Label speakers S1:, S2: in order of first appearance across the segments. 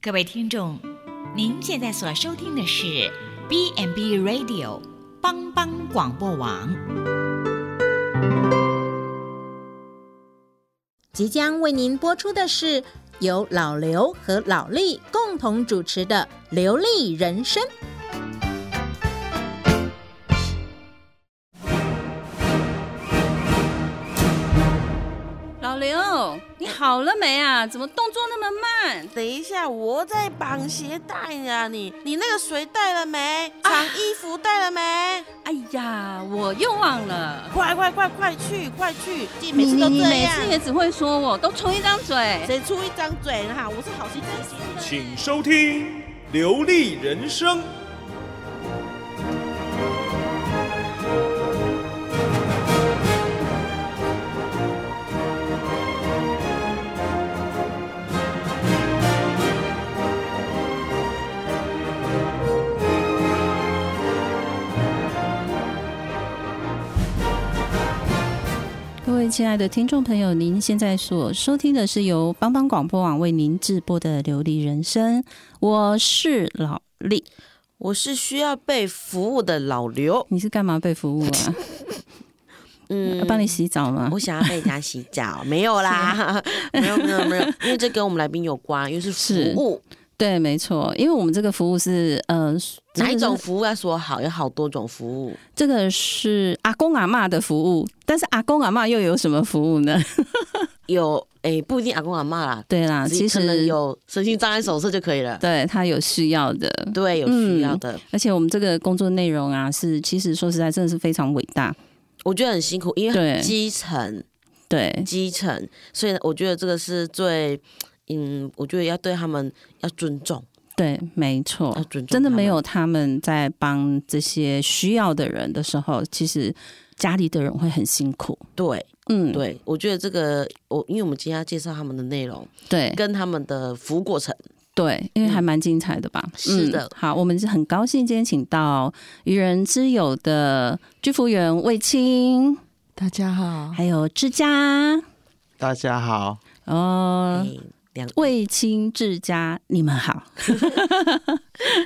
S1: 各位听众，您现在所收听的是 B n B Radio 帮帮广播网，
S2: 即将为您播出的是由老刘和老李共同主持的《流利人生》。
S3: 老刘，你好了没啊？怎么动作那么慢？
S4: 等一下，我在绑鞋带呢。你你那个水带了没？长衣服带了没？
S3: 哎呀，我又忘了。
S4: 快快快快去快去！你每
S3: 你
S4: 次都
S3: 你
S4: 这
S3: 每
S4: 样
S3: 次，也只会说我，都出一张嘴。
S4: 谁出一张嘴哈？我是好心好心的。
S5: 请收听《流利人生》。
S3: 各位亲爱的听众朋友，您现在所收听的是由帮帮广播网为您直播的《琉璃人生》，我是老李。
S4: 我是需要被服务的老刘。
S3: 你是干嘛被服务 啊？
S4: 嗯
S3: 要帮你洗澡吗？
S4: 我想要被人家洗澡，没有啦，没有没有没有，因为这跟我们来宾有关，因为是服
S3: 是
S4: 务，
S3: 对，没错，因为我们这个服务是呃，
S4: 哪一
S3: 真
S4: 种
S3: 的是？
S4: 服务要说好，有好多种服务。
S3: 这个是阿公阿嬷的服务，但是阿公阿嬷又有什么服务呢？
S4: 有诶、不一定阿公阿妈啦，
S3: 对啦，
S4: 只
S3: 其
S4: 可能
S3: 实
S4: 有身心障碍手册就可以了。
S3: 对他有需要的，
S4: 对，有需要
S3: 嗯
S4: 的，
S3: 而且我们这个工作内容啊，是其实说实在真的是非常伟大，
S4: 我觉得很辛苦，因为
S3: 对
S4: 基层
S3: 对
S4: 基层，所以我觉得这个是最，嗯，我觉得要对他们要尊重，
S3: 对，没错
S4: 要，尊重，
S3: 真的没有。他们在帮这些需要的人的时候，其实家里的人会很辛苦，
S4: 对
S3: 嗯，
S4: 对，我觉得这个我，因为我们今天要介绍他们的内容
S3: 对
S4: 跟他们的服务过程，
S3: 对，因为还蛮精彩的吧，
S4: 是的
S3: 嗯好，我们是很高兴今天请到愚人之友的居服员卫青，
S6: 大家好，
S3: 还有志佳，
S7: 大家好，
S3: 哦。
S4: 哎，两
S3: 卫青志佳，你们好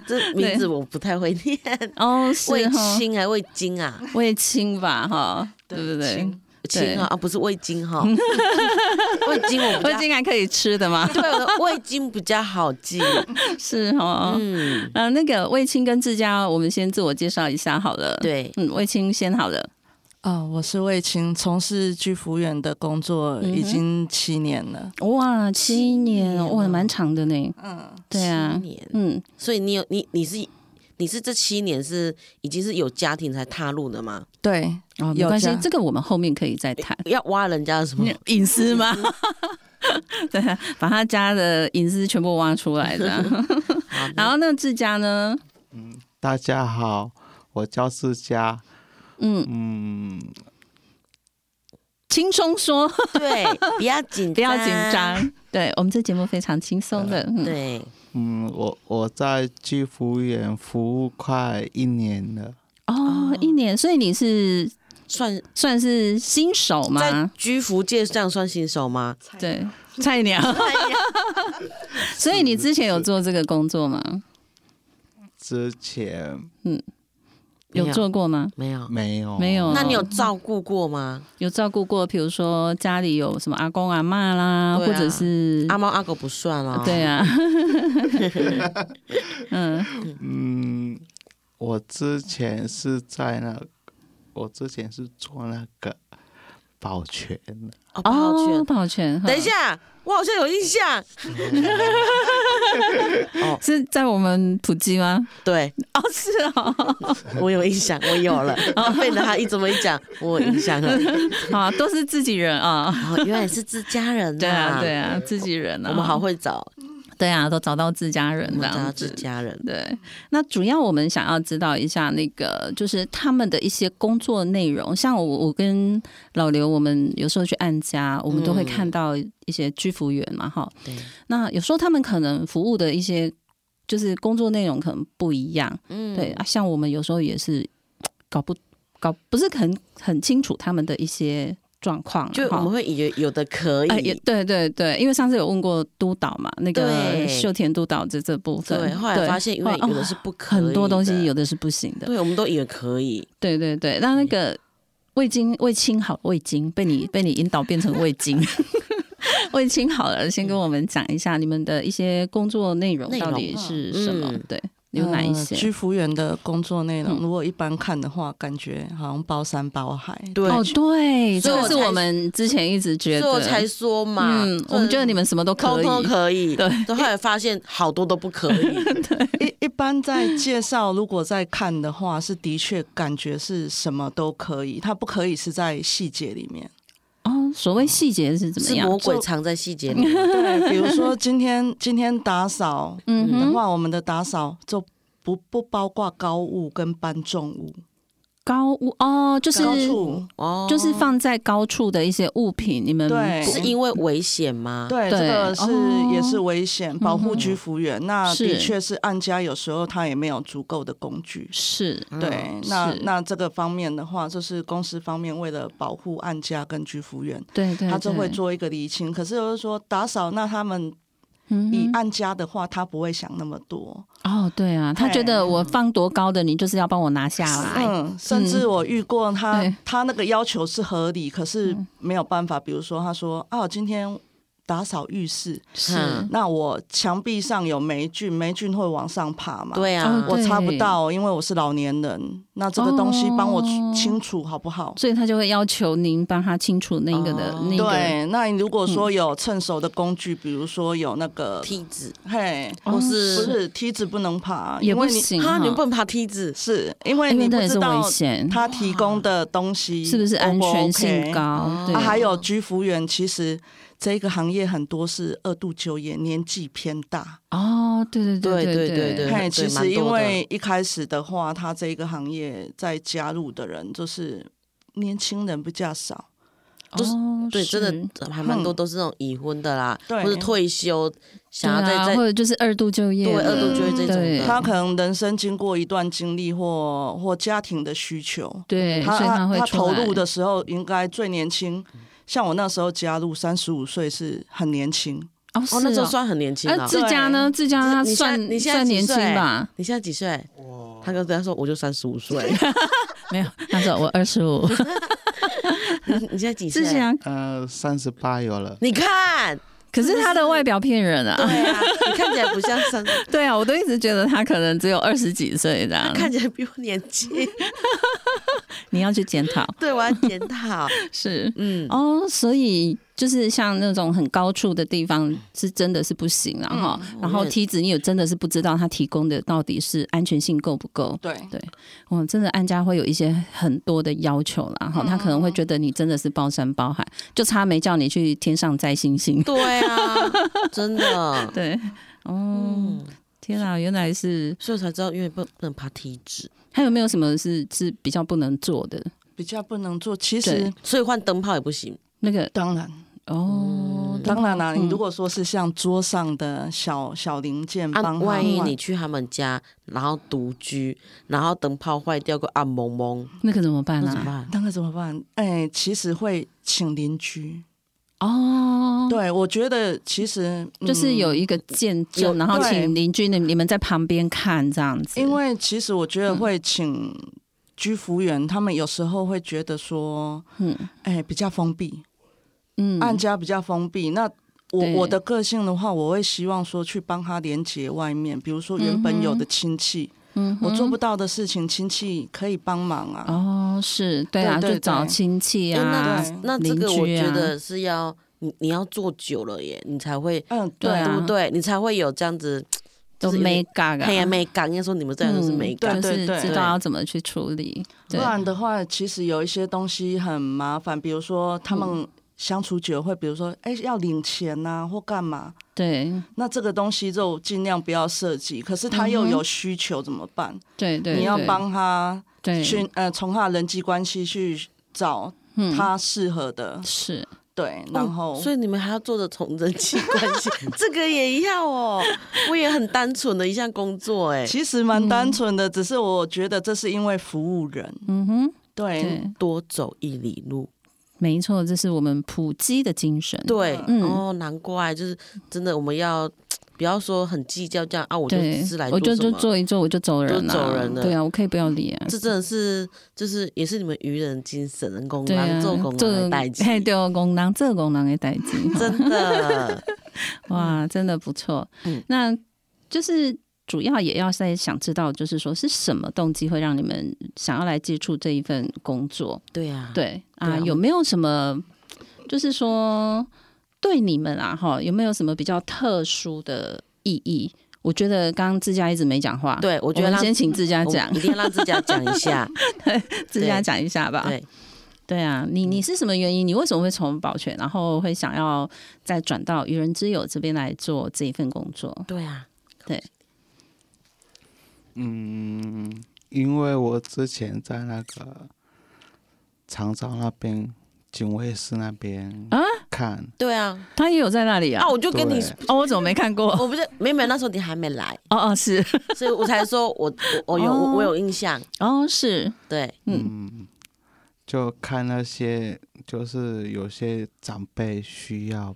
S4: 这名字我不太会念，
S3: 哦， 是
S4: 味
S3: 哈
S4: 精还味精啊，
S3: 卫青吧，哈，对不对？嗯
S4: 青啊啊不是味精哈，味精我不
S3: 味
S4: 较？
S3: 精还可以吃的吗
S4: 对我的味精比较好记，
S3: 是哦。嗯
S4: 嗯，
S3: 那个卫青跟志佳，我们先自我介绍一下好了。，
S4: 对，
S3: 嗯，卫青先好了。
S6: 啊、我是魏青，从事居服员的工作
S3: 嗯哼
S6: 已经七年了。
S3: 哇，七年哦，
S4: 年
S3: 哇，
S4: 了
S3: 蛮长的呢。
S6: 嗯，
S3: 对啊
S4: 七，年
S3: 嗯，
S4: 所以你有你你是你是这七年是已经是有家庭才踏入的吗？
S6: 对，
S3: 哦，没
S6: 有
S3: 关系
S6: 这，样
S3: 这个我们后面可以再谈。
S4: 要挖人家的什么？
S3: 隐私吗？ 对啊，把他家的隐私全部挖出来 的。
S4: 好的
S3: 然后那志佳呢？
S7: 大家好，我叫思佳，
S3: 嗯，
S7: 嗯，
S3: 轻松说，
S4: 对，不要紧，
S3: 不要紧。张。 对我们这节目非常轻松的。嗯，
S4: 对，
S7: 嗯，我我在居服务员服务快一年了，
S3: 哦，一年，所以你是
S4: 算
S3: 算是新手
S4: 在
S3: 吗？
S4: 居服界这样算新手吗？
S3: 对，菜鸟。 所以你之前有做这个工作吗？
S7: 之前
S4: 没有
S3: 有做嗯过吗？
S4: 没有。
S7: 没有，
S3: 没有
S4: 那你有照顾过吗？
S3: 有照顾过，比如说家里有什么阿公阿妈啦，
S4: 对啊
S3: 或者是
S4: 阿猫阿狗不算啊。
S3: 嗯对啊，
S7: 嗯，我之前是在那，我之前是做那个保全的，
S4: 哦，抱
S3: 哦，
S4: 歉，
S3: 保全。哈
S4: 等一，下，我好像有印象。
S3: 是在我们普及吗？
S4: 对，
S3: 哦，是哦，
S4: 我有印象，我有了。被他一这么一讲，我有印象 了。
S3: 好啊，都是自己人 啊。
S4: 哦，原来是自家人。
S3: 对啊，对。啊，自己人啊，
S4: 我们好，会找，
S3: 对啊，都找到自家人
S4: 我
S3: 嗯这
S4: 们找
S3: 样
S4: 自
S3: 子。
S4: 家人。
S3: 对，那主要我们想要知道一下那个，就是他们的一些工作内容。像我，我跟老刘，我们有时候去按家，我们都会
S4: 嗯
S3: 看到一些居服员嘛，哈、
S4: 对，
S3: 那有时候他们可能服务的一些就是工作内容可能不一样，
S4: 嗯
S3: 对、啊，像我们有时候也是搞不搞不是很很清楚他们的一些状况了，
S4: 就我
S3: 哈
S4: 们会以为有的可
S3: 哎，也
S4: 以，
S3: 对对对，因为上次有问过督导嘛，那个
S4: 对
S3: 秀田督导这这部分，
S4: 对，后来发现因为
S3: 后来
S4: 有的
S3: 哦
S4: 是不可以的，
S3: 很多东西有的是不行的，
S4: 对，我们都以为可以，
S3: 对对对，那那个味精味清好味精被你被你引导变成味 精。味清好了，先跟我们讲一下你们的一些工作内容
S4: 内容
S3: 到底是什么？
S4: 嗯
S3: 对，有哪一些？
S6: 呃居服员的工作内容，
S3: 嗯
S6: 如果一般看的话，感觉好像包山 包海。
S4: 对，
S3: 哦，对，
S4: 所以
S3: 这
S4: 我
S3: 个是
S4: 才
S3: 我们之前一直觉
S4: 所以我才
S3: 得，
S4: 说嘛，
S3: 嗯，我们觉得你们什么都可
S4: 通
S3: 以，
S4: 通可以，
S3: 对，
S4: 后来发现好多都不可 以，
S6: 一一般在介绍，如果在看的话，是的确感觉是什么都可以，它不可以是在细节里 面。
S3: 哦，所谓细节是怎么
S4: 是
S3: 样？
S4: 魔鬼藏在细节里，
S6: 对，比如说今天今天打扫
S3: 嗯
S6: 的
S3: 哼，
S6: 话，我们的打扫就不不包括高物跟搬重物，
S3: 高屋哦，就是
S6: 高处
S4: 哦，
S3: 就是放在高处的一些物品，你们
S6: 对
S4: 是因为危险吗？
S6: 对，这
S3: 对
S6: 个是、
S3: 哦嗯
S6: 也是危险，保护居服员。那
S3: 是
S6: 的确是按家，有时候他也没有足够的工具。
S3: 是啊
S6: 对，那
S3: 是
S6: 那这个方面的话，就是公司方面为了保护按家跟居服员，
S3: 对对，
S6: 他就会
S3: 对，
S6: 做一个厘清。可是就是说打扫，那他们
S3: 嗯
S6: 以
S3: 哼
S6: 按家的话，他不会想那么多。
S3: 哦，对啊，他觉得我放多高的，你就是要帮我拿下来。
S6: 嗯，甚至我遇过他，
S3: 哎对嗯
S6: 他那个要求是合理，可是没有办法。比如说，他说啊，我今天打扫浴室，
S3: 是
S4: 嗯
S6: 那我墙壁上有霉菌，霉菌会往上爬嘛？
S4: 对
S3: 哦
S4: 啊，
S3: 对
S6: 我擦不到，因为我是老年人。那这个东西帮我
S3: 哦
S6: 清除好不好？
S3: 所以他就会要求您帮他清除那个的
S4: 哦
S3: 那个，
S6: 对，那你如果说有趁手的工具，比如说有那个，
S4: 梯子，
S6: 嘿，
S4: 或
S3: 哦
S6: 不
S4: 嗯是
S6: 是梯子不能爬，
S3: 也
S6: 因为
S3: 不
S6: 你，
S3: 行
S4: 啊，
S3: 哈
S4: 你们不能爬梯子，
S6: 是因为
S3: 因为
S6: 你不
S3: 那也
S6: 知
S3: 是
S6: 道
S3: 危险，
S6: 他提供的东西
S3: 是不是
S6: O
S3: 安全
S6: OK
S3: 性高？对
S6: 啊，还有居服员，其实这个行业很多是二度就业，年纪偏大。
S3: 哦，对
S4: 对
S3: 对对
S4: 对对
S6: 嘿，其
S4: 蛮
S6: 实
S4: 多的
S6: 因为一开始的话，他这个行业在加入的人就是年轻人比较少，
S4: 就是
S3: 哦
S4: 对，
S3: 是
S4: 真的还蛮多都是那种已婚的啦，
S6: 对
S4: 或者退休，想要
S3: 对啊
S4: 再
S3: 或
S4: 再
S3: 者就是二度就业
S4: 对
S3: 了，
S4: 二度就业这种
S3: 对
S4: 的，
S6: 他可能人生经过一段经历或或家庭的需求，
S3: 对，所
S6: 他
S3: 以他会
S6: 他
S3: 出
S6: 投
S3: 来
S6: 入的时候应该最年轻。像我那时候加入三十五岁是很年轻，
S3: 哦，
S4: 哦，
S3: 是
S4: 那时候
S3: 哦
S4: 算很年轻
S3: 那
S4: 了。
S3: 自家呢？自家他
S4: 你现在
S3: 算
S4: 你现在
S3: 算
S4: 几
S3: 年轻
S4: 岁
S3: 吧？
S4: 你现在几岁？他跟大家说我就三十五岁，
S3: 没有，他说我二 十五，
S4: 你 你现在几岁
S3: 自？家。
S8: 呃，三十八有了，
S4: 你看，
S3: 可是他的外表骗人
S4: 对
S3: 啊！
S4: 啊，你看起来不像三，
S3: 对啊，我都一直觉得他可能只有二十几岁这样。
S4: 看起来比我年轻。
S3: 你要去检讨
S4: 对，我要检讨。
S3: 是
S4: 嗯，
S3: 哦，所以就是像那种很高处的地方是真的是不行，
S4: 嗯
S3: 然后、然后梯子你有真的是不知道他提供的到底是安全性够不够。
S6: 对，
S3: 我真的按家会有一些很多的要求啦，哈，他可
S4: 嗯
S3: 能会觉得你真的是包山包海，就差没叫你去天上摘星星。
S4: 对 啊，真的。
S3: 对，哦，
S6: 嗯
S3: 天啊，原来是
S4: 所以我才知道，因为不不能爬梯子，
S3: 还有没有什么是是比较不能做的？
S6: 比较不能做。
S3: 对
S6: 其实
S4: 所以换灯泡也不行。
S3: 那个
S6: 当然，
S3: 哦，
S6: 当然啦、你
S3: 嗯
S6: 如果说是像桌上的小小零件
S4: 啊，
S6: 帮他
S4: 万一
S6: 换
S4: 你去他们家，然后独居，然后灯泡坏掉个暗蒙蒙，
S3: 那可怎么办
S4: 那怎么
S3: 啊？
S4: 办？
S6: 那个怎么办？哎、其实会请邻居。
S3: 哦，
S6: 对，我觉得其实、嗯
S3: 就是有，一个见
S6: 有
S3: 证，然后
S6: 对
S3: 请邻居你你们在旁边看这样子，
S6: 因为其实我觉
S3: 嗯
S6: 得会请居服员，他们有时候会觉得说，
S3: 嗯
S6: 哎、比较封闭，
S3: 嗯
S6: 按家比较封闭。那我
S3: 对
S6: 我的个性的话，我会希望说去帮他连接外面，比如说原本有的亲戚，
S3: 嗯
S6: 我做
S3: 哼
S6: 不到的事情，亲戚可以帮忙啊。
S3: 哦，是对啊，
S6: 对对
S3: 就找
S6: 对
S3: 亲戚
S4: 诶那
S3: 啊
S6: 对，
S4: 那这个
S3: 邻居啊
S4: 我觉得是要你你要做久了耶，你才会
S6: 嗯，
S3: 对啊
S4: 对不对？你才会有这样子，
S3: 都
S4: 就是有
S3: 没
S4: 点
S3: 嘎嘎，
S4: 嘿呀没感，应该说你们这样都是
S3: 嗯
S4: 没感
S6: 对。
S3: 就是
S6: 对
S3: 知道要怎么去处理，
S6: 不
S3: 对，
S6: 然的话，其实有一些东西很麻烦，比如说他
S3: 嗯
S6: 们相处久会，比如说哎、要领钱呐、或干嘛，
S3: 对
S6: 那这个东西就尽量不要涉及。可是他又有需求怎么办？
S3: 对对，
S6: 你要
S3: 对
S6: 帮他
S3: 对
S6: 去呃，从他的人际关系去找
S3: 嗯
S6: 他适合的，
S3: 是
S6: 对，
S4: 哦
S6: 然后、
S4: 所以你们还要做着从人际 关系，这个也要哦。我也很单纯的一项工作哎，
S6: 其实蛮单纯
S3: 嗯
S6: 的，只是我觉得这是因为服务人，
S3: 嗯哼。
S6: 对
S3: 对，
S4: 多走一里路，
S3: 没错，这是我们普及的精神。
S4: 对，
S3: 嗯
S4: 哦，难怪，就是真的，我们要不要说很计较这样啊？我就
S3: 对
S4: 只是来，
S3: 我
S4: 做
S3: 就
S4: 什
S3: 就
S4: 么
S3: 做一做，我就走人
S4: 就
S3: 了、
S4: 走人了
S3: 对啊，我可以不要理啊。
S4: 这真的是就是也是你们愚人精神，人工
S3: 对啊，
S4: 人做工人的代际，
S3: 嘿，对啊哦，工人这工人的代金，
S4: 真的
S3: 哇，真的不错。
S4: 嗯
S3: 那就是主要也要在想知道，就是说是什么动机会让你们想要来接触这一份工作？
S4: 对啊，
S3: 对
S4: 对
S3: 啊，
S4: 啊
S3: 有没有什么就是说对你们啊哈，有没有什么比较特殊的意义？我觉得刚刚自家一直没讲话，，
S4: 对，我
S3: 啊我
S4: 觉得
S3: 们
S4: 让
S3: 先请自家
S4: 我
S3: 讲
S4: 一，定要让自己讲一 下，
S3: 自家讲一下吧。
S4: 对，
S3: 对啊，
S4: 嗯
S3: 你你是什么原因？你为什么会从保全，然后会想要再转到愚人之友这边来做这一份工作？
S4: 对啊，
S8: 嗯，因为我之前在那个长照那边警卫室那边
S3: 啊
S8: 看，
S4: 对啊，
S3: 他也有在那里啊
S4: 啊，？我就跟你
S8: 对，
S3: 哦，我怎么没看过？
S4: 我不是没没那时候你还没来，
S3: 哦哦 是，
S4: 所以我才说我我我有我我有印象，
S3: 哦是，
S4: 对，
S3: 嗯
S8: 嗯，就看那些就是有些长辈需要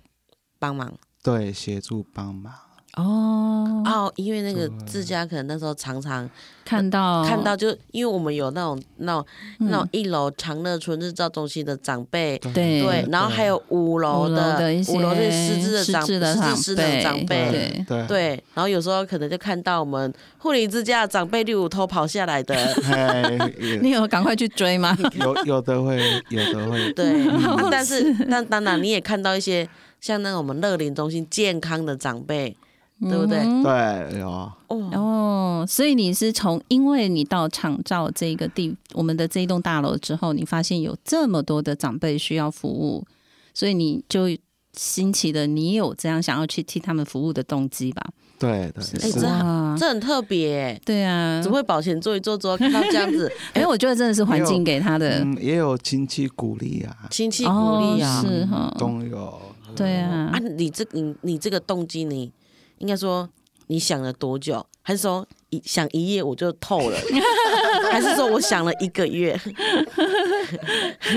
S4: 帮忙
S8: 对协助帮忙，
S3: 哦，
S4: 哦，因为那个
S8: 对
S4: 自家可能那时候常常
S3: 看到
S4: 看到，就因为我们有那种那种那种一楼长乐村日照中心的长辈，
S3: 对
S4: 对，然后还有五楼
S3: 五楼的
S4: 的
S3: 一些
S4: 五楼是失智的长
S3: 失智的
S4: 失
S3: 长
S4: 智失能长
S3: 辈
S4: 辈。
S8: 对对，，
S4: 对，然后有时候可能就看到我们护理之家的长辈，例如偷跑下来的
S8: 嘿也
S3: 你有赶快去追吗？
S8: 有有的会，有 的会，
S4: 对，嗯但是但当然你也看到一些像那个我们乐龄中心健康的长辈， 对不对
S3: 嗯哼
S8: 对有，
S4: 哦，
S3: 哦，所以你是从因为你到长照这个地，我们的这一栋大楼之后，你发现有这么多的长辈需要服务，所以你就兴起的，你有这样想要去替他们服务的动机吧？
S8: 对对
S3: 是
S4: 哎
S8: 是
S4: 这
S8: 的，
S3: 哇，
S4: 这很特别，
S3: 对啊
S4: 只，会保险做一做之后看到这样 子，
S3: 哎，我觉得真的是环境
S8: 有
S3: 给他的
S8: 嗯，也有亲戚鼓励啊，
S4: 亲戚鼓励啊
S3: 哦，是哈，
S8: 都有，
S3: 对啊
S4: 啊，，你这你你这个动机你，应该说你想了多久？还是说一想一夜我就透了？ 还是说我想了一个 月？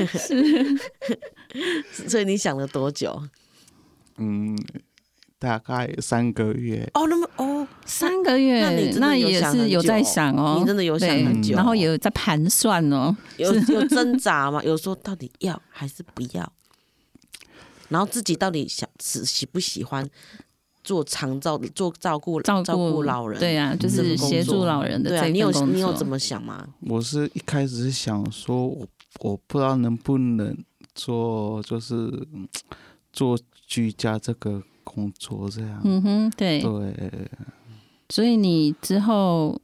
S4: 是， 所以你想了多久？
S8: 嗯，大概三个月，
S4: 哦，那么哦，
S3: 三个月，
S4: 那你真的有
S3: 也
S4: 想
S3: 是
S4: 很
S3: 有
S4: 久
S3: 在想哦，
S4: 你真的有想
S3: 对
S4: 很久哦
S3: 然后也有在盘算哦，
S4: 有有挣扎吗？有说到底要还是不要？然后自己到底想喜喜不喜欢做长照做照顾
S3: 照顾
S4: 顾老人？
S3: 对啊，就
S4: 这
S3: 是
S4: 份工
S3: 协助
S4: 作
S3: 老人的
S4: 对
S3: 这
S4: 啊，
S3: 份
S4: 你有
S3: 工
S4: 你有
S3: 作
S4: 怎么想吗？
S8: 我是一开始是想说我我不知道能不能做，就是嗯做居家这个工作这样，
S3: 嗯哼，对，
S8: 对，
S3: 所以你之后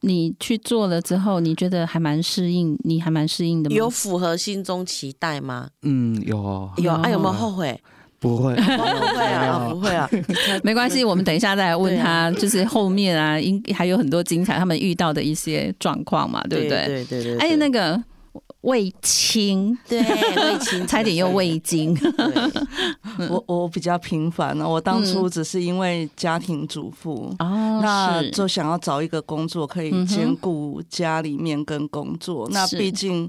S3: 你去做了之后，你觉得还蛮适应，你还蛮适应的吗？
S4: 有符合心中期待吗？
S8: 嗯，有
S4: 有啊，
S3: 哦
S4: 有没有后 悔？
S8: 不会，
S4: 不会啊，不会啊，
S3: 没关系，我们等一下再来问他，就是后面啊，应还有很多精彩他们遇到的一些状况嘛，对不对？
S4: 对对对。
S3: 哎，那个味清，
S4: 对魏青
S3: 差点又味精，
S6: 我我比较平凡了，我当
S3: 嗯
S6: 初只是因为家庭主妇，
S3: 哦
S6: 那
S3: 是
S6: 就想要找一个工作可以
S3: 嗯哼
S6: 兼顾家里面跟工作。那
S3: 是
S6: 毕竟，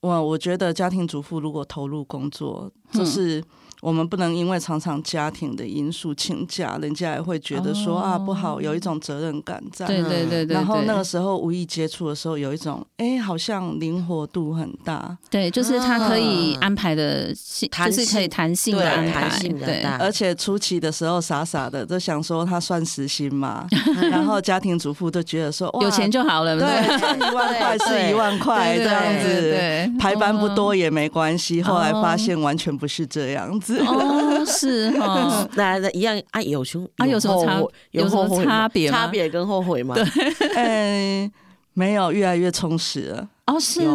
S6: 我我觉得家庭主妇如果投入工作，就是我们不能因为常常家庭的因素请假，人家也会觉得
S3: 哦
S6: 说、啊不好，有一种责任感在。
S3: 对对对对，
S6: 然后
S3: 对
S6: 那个时候无意接触的时候，有一种哎，好像灵活度很大，
S3: 对，就是他可以安排的性，
S4: 弹
S3: 就是可以
S4: 性
S3: 弹 性
S4: 对
S3: 的安排，
S4: 弹性比较
S3: 对
S4: 大，
S6: 而且初期的时候傻傻的，就想说他算时 薪嘛，然后家庭主妇都觉得说哇
S3: 有钱就好 了，
S6: 对，赚一万块是一万块
S3: 对
S6: 这样
S3: 对
S6: 子，
S3: 对
S6: 排班不
S3: 嗯
S6: 多也没关系。后来发
S3: 哦
S6: 现完全不是这样子，
S3: 哦，是 哈，
S4: 来来一样啊，有胸
S3: 啊有什么差
S4: 后悔
S3: 有什么
S4: 后悔吗
S3: 差别吗
S4: 差别跟后悔吗？对，
S6: 嗯，没有越来越充实了。
S3: 哦是
S4: 有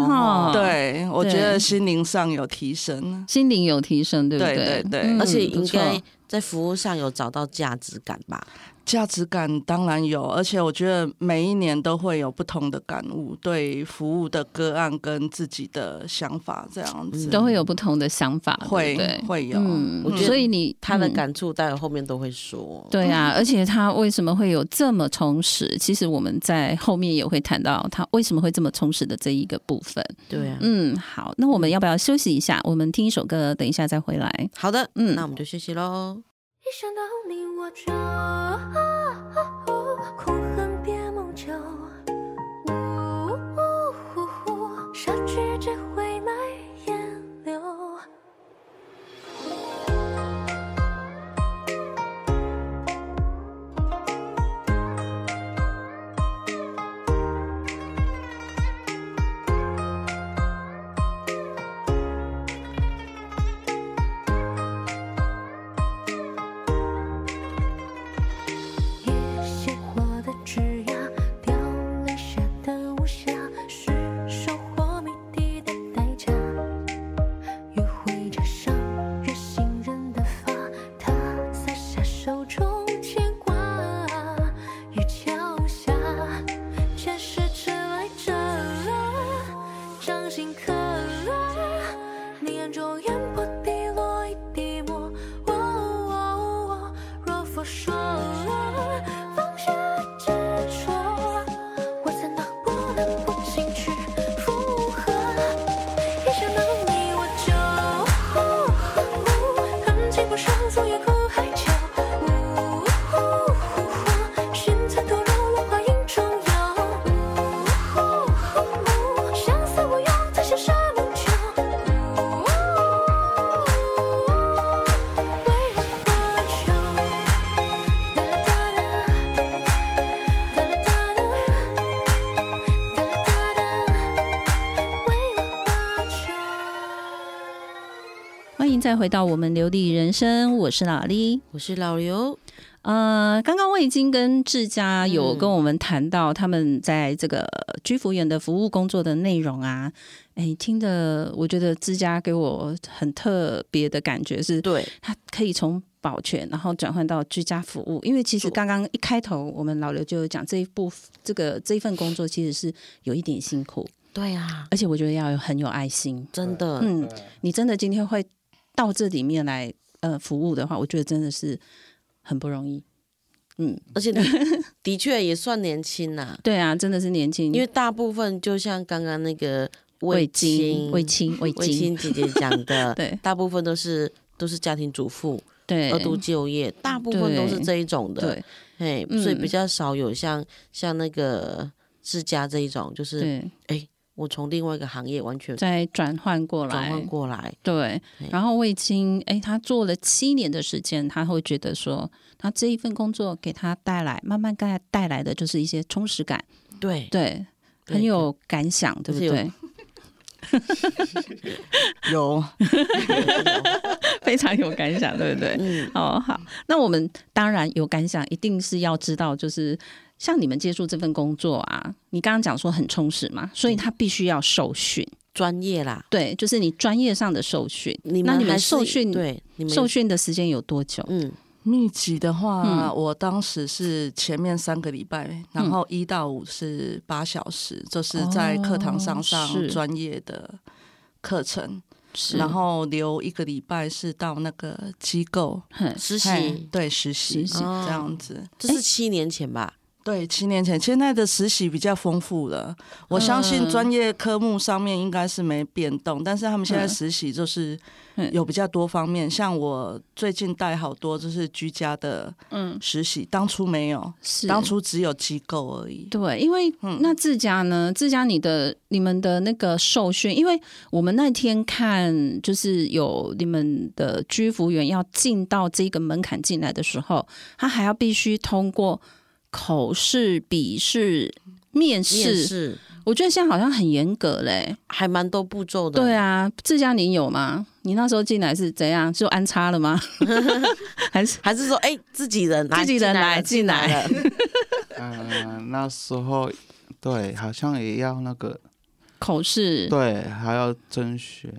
S4: 哦，
S3: 哈，
S6: 对，我觉
S3: 对
S6: 得心灵上有提升。
S3: 心灵有提升，对不
S6: 对对对
S3: 嗯
S4: 而且
S3: 不
S4: 应
S3: 错
S4: 该在服务上有找到价值感吧？
S6: 价值感当然有，而且我觉得每一年都会有不同的感悟，对服务的个案跟自己的想法这样子，
S3: 嗯都会有不同的想法，对
S6: 会
S3: 不对
S6: 会有。
S3: 嗯
S4: 我觉，得
S3: 所以你
S4: 他的
S3: 嗯
S4: 感触，待会后面都会说。
S3: 对啊，而且他为什么会有这么充实？其实我们在后面也会谈到他为什么会这么充实的这一个部分。
S4: 对啊，
S3: 嗯，好，那我们要不要休息一下？我们听一首歌，等一下再回来。
S4: 好的，
S3: 嗯
S4: 那我们就休息喽。
S9: 一想到你我就哭恨别梦久，呜，杀去只会埋烟柳。也许我的枝桠凋零下的无暇，是收获谜底的代价。约会加上越信任的发，他撒下手中牵挂，雨脚下全是迟来者啊，掌心刻啊，你眼中烟波滴落一滴墨。哦哦哦若佛说放下执着，我才能不能不进去附和？一想到你我就恨情不上，总有苦海角。寻财途路，浪花影中游。相思无用，才潇洒梦久。为了多久？哒啦哒啦，哒啦哒啦，哒啦哒啦，为了多久？
S3: 欢迎再回到我们流利人生，我是老莉。
S4: 我是老刘，
S3: 呃，刚刚我已经跟志佳有
S4: 嗯
S3: 跟我们谈到他们在这个居服员的服务工作的内容啊，哎，听的我觉得志佳给我很特别的感觉是，
S4: 对，
S3: 它可以从保全，然后转换到居家服务。因为其实
S4: 是
S3: 刚刚一开头，我们老刘就有讲这一部这个这一份工作其实是有一点辛苦，
S4: 对啊，
S3: 而且我觉得要有很有爱心。
S4: 真的，
S3: 嗯，你真的今天会到这里面来呃服务的话，我觉得真的是很不容易。嗯，
S4: 而 且你的确也算年轻啦，
S3: 对啊，真的是年轻，
S4: 因为大部分就像刚刚那个
S3: 味
S4: 青
S3: 精、味精、味
S4: 魏
S3: 精，
S4: 青姐姐讲的，
S3: 对
S4: 大部分都是都是家庭主妇、
S3: 对
S4: 二度就业，大部分都是这一种的，
S3: 对
S4: 哎，
S3: 嗯
S4: 所以比较少有像像那个世家这一种，就是
S3: 对，
S4: 我从另外一个行业完全
S3: 再转换过
S4: 转
S3: 来，
S4: 换过来，
S3: 对
S4: 对，
S3: 然后魏青，哎，他做了七年的时间，他会觉得说，他这一份工作给他带来，慢慢带带来的就是一些充实感，
S4: 对，
S3: 对，
S4: 对
S3: 很有感想，对不
S4: 就是有
S3: 对？
S6: 有
S3: 非常有感想，对不对？
S4: 嗯，
S3: 哦，好，那我们当然有感想，一定是要知道，就是像你们接触这份工作啊，你刚刚讲说很充实嘛，所以
S4: 嗯
S3: 他必须要受训，
S4: 专业啦，
S3: 对，就是你专业上的受训。
S4: 你
S3: 那
S4: 们
S3: 你
S4: 还
S3: 们
S4: 是
S3: 受训，
S4: 对，你们
S3: 受，训的时间有多久？
S4: 嗯，
S6: 密集的话，
S3: 嗯
S6: 我当时是前面三个礼拜，然后一到五是八小时，就是在课堂上
S3: 哦
S6: 上
S3: 是
S6: 专业的课程，
S3: 是
S6: 然后留一个礼拜是到那个机构
S3: 很
S4: 实
S6: 嘿
S4: 习，
S6: 对实习
S3: 实习
S6: 这样子。
S4: 这
S3: 哎
S4: 是七年前吧？
S6: 对，七年前，现在的实习比较丰富了。我相信
S3: 嗯
S6: 专业科目上面应该是没变动，但是他们现在
S3: 嗯
S6: 实习就是
S3: 嗯
S6: 有比较多方面。像我最近带好多就是居家的
S3: 嗯
S6: 实习，当初没有，
S3: 是
S6: 当初只有机构而已。
S3: 对，因为
S6: 嗯
S3: 那自家呢，自家你的你们的那个受训，因为我们那天看就是有你们的居服员要进到这个门槛进来的时候，他还要必须通过口试、笔试、面
S4: 面
S3: 试。
S4: 试
S3: 我觉得现在好像很严格嘞。
S4: 还蛮多步骤的，
S3: 对，啊，自家你有吗？你那时候进来是怎样？就安插了吗？还是
S4: 还是说哎自己人来
S3: 自己人来哦
S4: 进来了，进来了
S8: 嗯，那时候对，好像也要那个
S3: 口试？
S8: 对，还要甄选，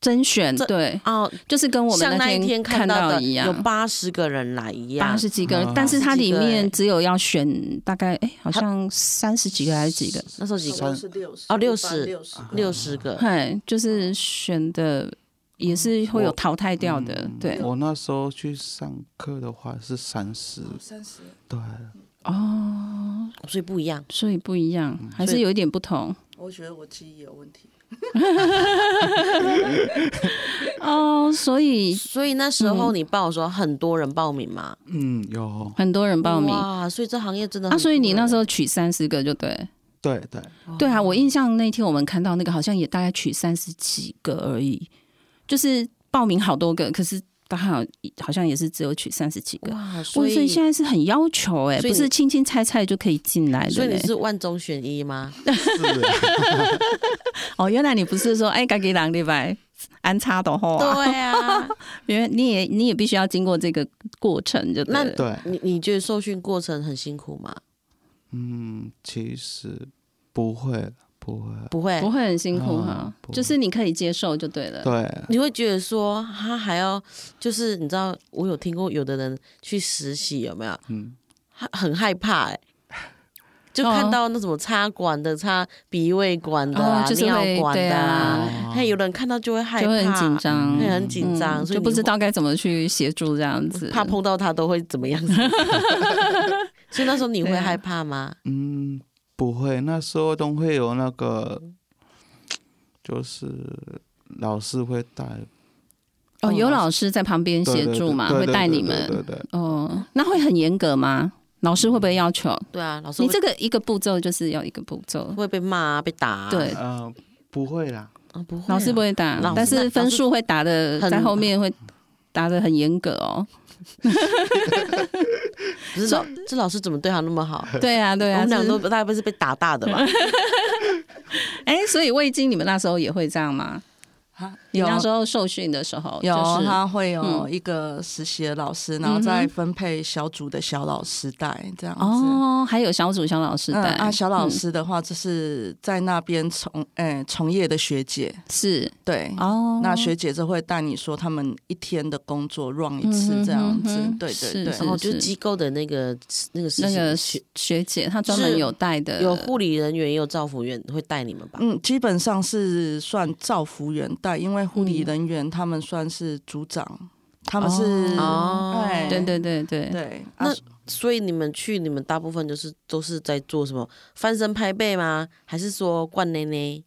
S3: 甄选
S4: 这
S3: 对，
S4: 哦，
S3: 就是跟我们
S4: 像那一
S3: 天
S4: 天
S3: 看
S4: 到
S3: 到
S4: 的有
S3: 一样，
S4: 八十个人来一样，
S3: 八十几个人
S8: 哦，
S3: 但是它
S4: 嗯
S3: 里
S4: 八十几个
S3: 面
S4: 欸
S3: 只有要选大概哎，好像三十几个还是几个？
S4: 那时候几个
S8: 三
S6: 是六十
S4: 哦六十
S6: 六十啊
S4: 六十个，
S3: 嗨，就是选的也是
S4: 嗯
S3: 会有淘汰掉的，对
S8: 我那时候去上课的话是三十，
S6: 三十，
S8: 对，
S3: 哦，
S4: 所以不一样。
S3: 所以不一样，
S4: 嗯
S3: 还是有一点不同
S6: 我觉得我记忆有问题。
S3: 哦，所以
S4: 所以那时
S3: 嗯
S4: 候你报的时候，很多人报名嘛，
S8: 嗯，有，
S3: 很多人报名。
S4: 哇，所以这行业真的
S3: 啊，
S4: 很
S3: 所以你那时
S4: 候
S3: 候取三十个就对，
S8: 对对，
S4: 哦
S3: 对啊，我印象那天我们看到那个好像也大概取三十几个而已，就是报名好多个，可是刚好好像也是只有取三十几个。
S4: 哇，
S3: 哇
S4: 所
S3: 哦所以
S4: 以
S3: 现在是很要求哎、
S4: 所以
S3: 不
S4: 你
S3: 是轻轻猜猜就可以进来
S4: 所
S3: 的
S4: 以
S3: 嘞、
S4: 你是万中选一吗？
S8: 是
S3: 哦，原来你不是说哎，该给两礼拜安插的吼、啊，
S4: 对 啊，
S3: 因为你也你也必须要经过这个过程就对
S4: 那
S3: 了
S8: 对，
S4: 你你觉得受训过程很辛苦吗？
S8: 嗯，其实不会，不会，
S4: 不会
S3: 不，会很辛苦
S8: 嗯
S3: 哈、
S8: 不
S3: 就是你可以接受就对了。
S8: 对，
S4: 你会觉得说他还要就是你知道，我有听过有的人去实习有没有？
S8: 嗯，
S4: 他很害怕 哎、就
S3: 哦
S4: 看到那什么插管的、插鼻胃管的、啊
S3: 哦就是
S4: 尿
S3: 会
S4: 管
S3: 对
S4: 的、
S3: 啊
S4: 嘿，有的人看到就会害怕，
S3: 就会很紧张，
S4: 会很紧张，
S3: 嗯
S4: 所以
S3: 就
S4: 你
S3: 不知道该怎么去协助这样子，哦
S4: 怕碰到他都会怎么 样子。所以那时候你
S3: 啊
S4: 会害怕吗？
S8: 嗯，不会，那时候都会有那个，就是老师会带
S3: 哦，有老师在旁边协助嘛，
S8: 对对
S3: 会
S8: 对
S3: 带
S8: 对
S3: 你
S8: 对对
S3: 们。
S8: 对对
S3: 哦，那会很严格吗？老师会不会要求
S4: 对啊，老师
S3: 你
S4: 会
S3: 这个一个步骤就是要一个步骤？
S4: 会被骂、啊、被打、啊，
S3: 对，
S8: 呃，不会啦，
S4: 啊，不会啊、
S3: 老师不会打
S4: 老师，
S3: 但是分数会打的
S4: 很
S3: 在后面会打的很严格哦。
S4: 不是老这老师怎么对他那么好？
S3: 对啊，对
S4: 我
S3: 啊
S4: 们，俩
S3: 是嗯
S4: 都大概不是被打大的吧？
S3: 哎，所以味精你们那时候也会这样吗？
S6: 啊
S3: 你
S6: 有
S3: 那时候受训的时候，
S6: 有啊
S3: 就是
S6: 他会有
S3: 嗯
S6: 一个实习的老师，然后再分配小组的小老师带这样子。
S3: 哦，还有小组小老师带
S6: 嗯啊，小老
S3: 嗯
S6: 师的话，就是在那边从诶从业的学姐，
S3: 嗯是
S6: 对，
S3: 哦，
S6: 那学姐就会带你说他们一天的工作 run 一次这样子
S3: 嗯哼哼，
S6: 对
S3: 是
S6: 对对
S3: 是，
S4: 然后就是机构的那个那个实
S3: 那
S4: 习
S3: 个呃
S4: 学
S3: 学学姐，她专门
S4: 是
S3: 有带的，
S4: 有护理人员也有照护员会带你们吧？
S6: 嗯，基本上是算照服员带，因为护理人员他们算是组长，他们是
S4: 哦
S6: 哎
S3: 对对对对，
S6: 对，
S4: 那
S6: 啊
S4: 所以你们去，你们大部分就是都是在做什么翻身拍背吗？还是说灌奶奶？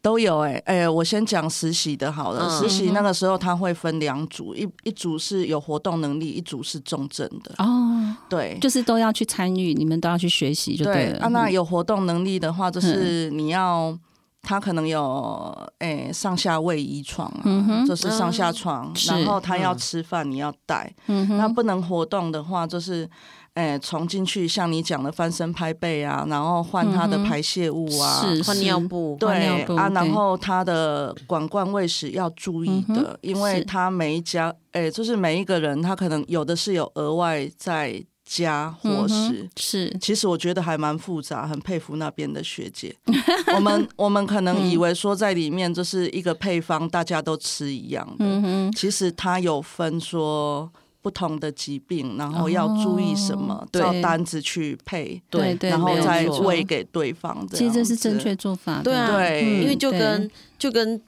S6: 都有哎、欸、哎、我先讲实习的好了。
S4: 嗯
S6: 实习那个时候他会分两组，一一组是有活动能力，一组是重症的。
S3: 哦，
S6: 对，
S3: 就是都要去参与，你们都要去学习就
S6: 对
S3: 了。嗯
S6: 啊，那有活动能力的话，就是你要他可能有哎上下位移床啊，
S3: 嗯哼
S6: 就是上下床，
S3: 是
S6: 然后他要吃饭，你要带。
S3: 嗯哼
S6: 那不能活动的话，就是。哎，从进去像你讲的翻身拍背啊，然后换他的
S3: 嗯哼
S6: 排泄物啊，
S3: 是
S4: 换尿布？
S3: 换
S6: 对
S3: 尿布
S6: 啊，然
S3: 对
S6: 后它的管灌喂食要注意
S3: 嗯
S6: 的，因为
S3: 是
S6: 它每一家，哎、就是每一个人，他可能有的是有额外在加伙
S3: 嗯哼
S6: 食。
S3: 是
S6: 其实我觉得还蛮复杂，很佩服那边的学 姐。我们我们可能
S3: 嗯
S6: 以为说在里面就是一个配方，大家都吃一样的，
S3: 嗯哼，
S6: 其实它有分说不同的疾病，然后要注意什么，
S3: 哦对
S6: 照单子去配，
S3: 对对，
S6: 然后
S3: 没有
S6: 再
S3: 错
S6: 喂。给对啊方。
S3: 其实这是
S6: 样子
S3: 正确做法的，
S4: 对啊
S6: 对
S3: 嗯
S4: 因为就
S3: 对
S4: 跟就跟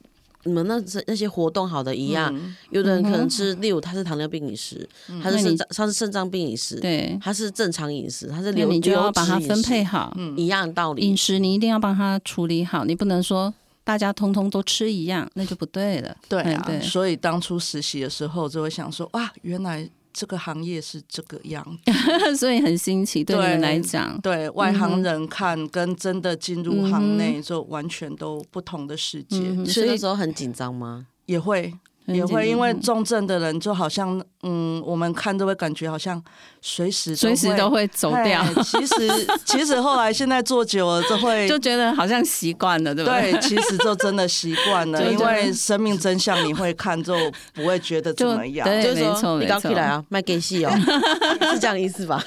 S4: 你们那那些活动好的一样，
S6: 嗯
S4: 有的人可
S3: 嗯
S4: 能
S3: 哼嗯
S4: 是，例如他是糖尿病饮食，他是
S3: 那你
S4: 肾脏他是肾脏病饮食，
S3: 对，
S4: 他是正常饮食，他是
S3: 那
S4: 流
S3: 你就要
S4: 流
S3: 把它
S4: 质饮
S3: 分
S4: 食
S3: 配好，
S6: 嗯
S4: 一样道理
S3: 饮。食你一定要帮他处理好，你不能说大家通通都吃一样，那就不对了。
S6: 对
S3: 嗯
S6: 啊，
S3: 对，
S6: 所以当初实习的时候就会想说，哇，原来这个行业是这个样
S3: 嗯
S6: 子。
S3: 所以很新奇，对你们
S6: 对
S3: 来讲，
S6: 对外行人看跟真的进入行内就完全都不同的世界，
S3: 嗯嗯哼
S4: 所以那时候很紧张吗？
S6: 也会也会因为重症的人就好像，嗯，我们看都会感觉好像随时
S3: 随时都会走掉，
S6: 哎其 实其实后来现在做久了就会
S3: 就。觉得好像习惯了，对不
S6: 对，其实就真的习惯 了，
S3: 就
S6: 因为生命真相你会看，就不会觉得怎
S3: 就
S6: 么样。
S3: 对
S4: 就是
S3: 哎没错
S4: 说你
S3: 没
S4: 搞
S3: 错
S4: 起来啊，卖给戏哦，是这样意思吧？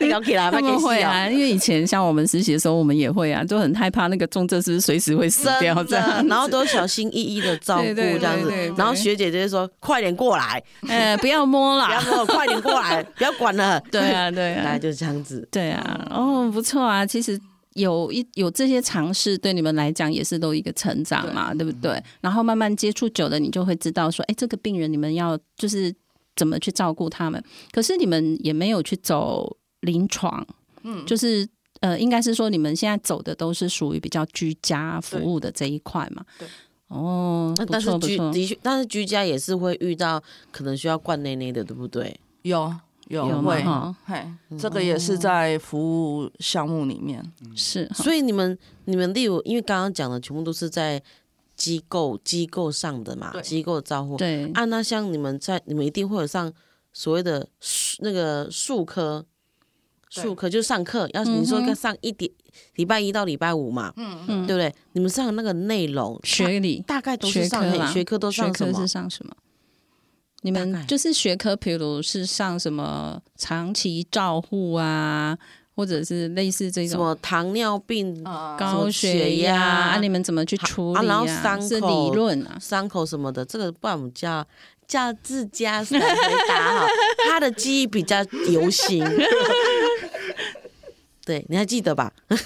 S4: 聊起来，
S3: 他们会啊，因为以前像我们实习的时候，我们也会啊，就很害怕那个重症是不是随时会死
S4: 真
S3: 掉这
S4: 的
S3: 样，，
S4: 然后都小心翼翼的照顾
S3: 对
S4: 这
S3: 对
S4: 样子
S3: 对对对，
S4: 然后学姐就会说：“快点过来，
S3: 呃，不要摸
S4: 不要
S3: 啦，
S4: 说快点过 来，不要管了。”
S3: 对，啊，对
S4: 大
S3: 啊
S4: 概，就是这样子。
S3: 对啊，哦，不错啊，其实。有一有这些尝试，对你们来讲也是都一个成长嘛，对不对？然后慢慢接触久了，你就会知道说，哎，这个病人你们要就是怎么去照顾他们。可是你们也没有去走临床，嗯，就是呃，应该是说你们现在走的都是属于比较居家服务的这一块嘛。
S6: 对对
S3: 哦，
S4: 那
S3: 不
S4: 但是
S3: 错不
S4: 居
S3: 错，
S4: 的确，但是居家也是会遇到可能需要灌内内的，对不对？
S6: 有有
S3: 有
S6: 会
S3: 嘛
S6: 嘿，这个也是在服务项目里面。
S3: 是哈
S4: 所以你们你们例如，因为刚刚讲的全部都是在机构机构上的嘛，
S6: 对
S4: 机构照护。
S3: 对
S4: 啊，那像你们在你们一定会有上所谓的数那个数科，
S6: 对
S4: 数科就上课，要你说
S3: 嗯哼
S4: 要上一点，礼拜一到礼拜五嘛，嗯
S3: 嗯
S4: 对不对？你们上的那个内容
S3: 学理
S4: 大大概都是
S3: 学
S4: 上
S3: 科
S4: 嘿
S3: 啦，
S4: 学科都上什
S3: 学科
S4: 么
S3: 是？上什么？你
S4: 大概
S3: 们就是学科，比如是上什么长期照护啊，或者是类似这
S4: 什
S3: 种
S4: 么糖尿病、
S3: 高血压啊，你们怎么去处理
S4: 啊然后伤口
S3: 是理论啊，
S4: 伤口什么的，这个不然我们叫叫自家来回答哈，他的记忆比较犹新。 对，你还记得吧？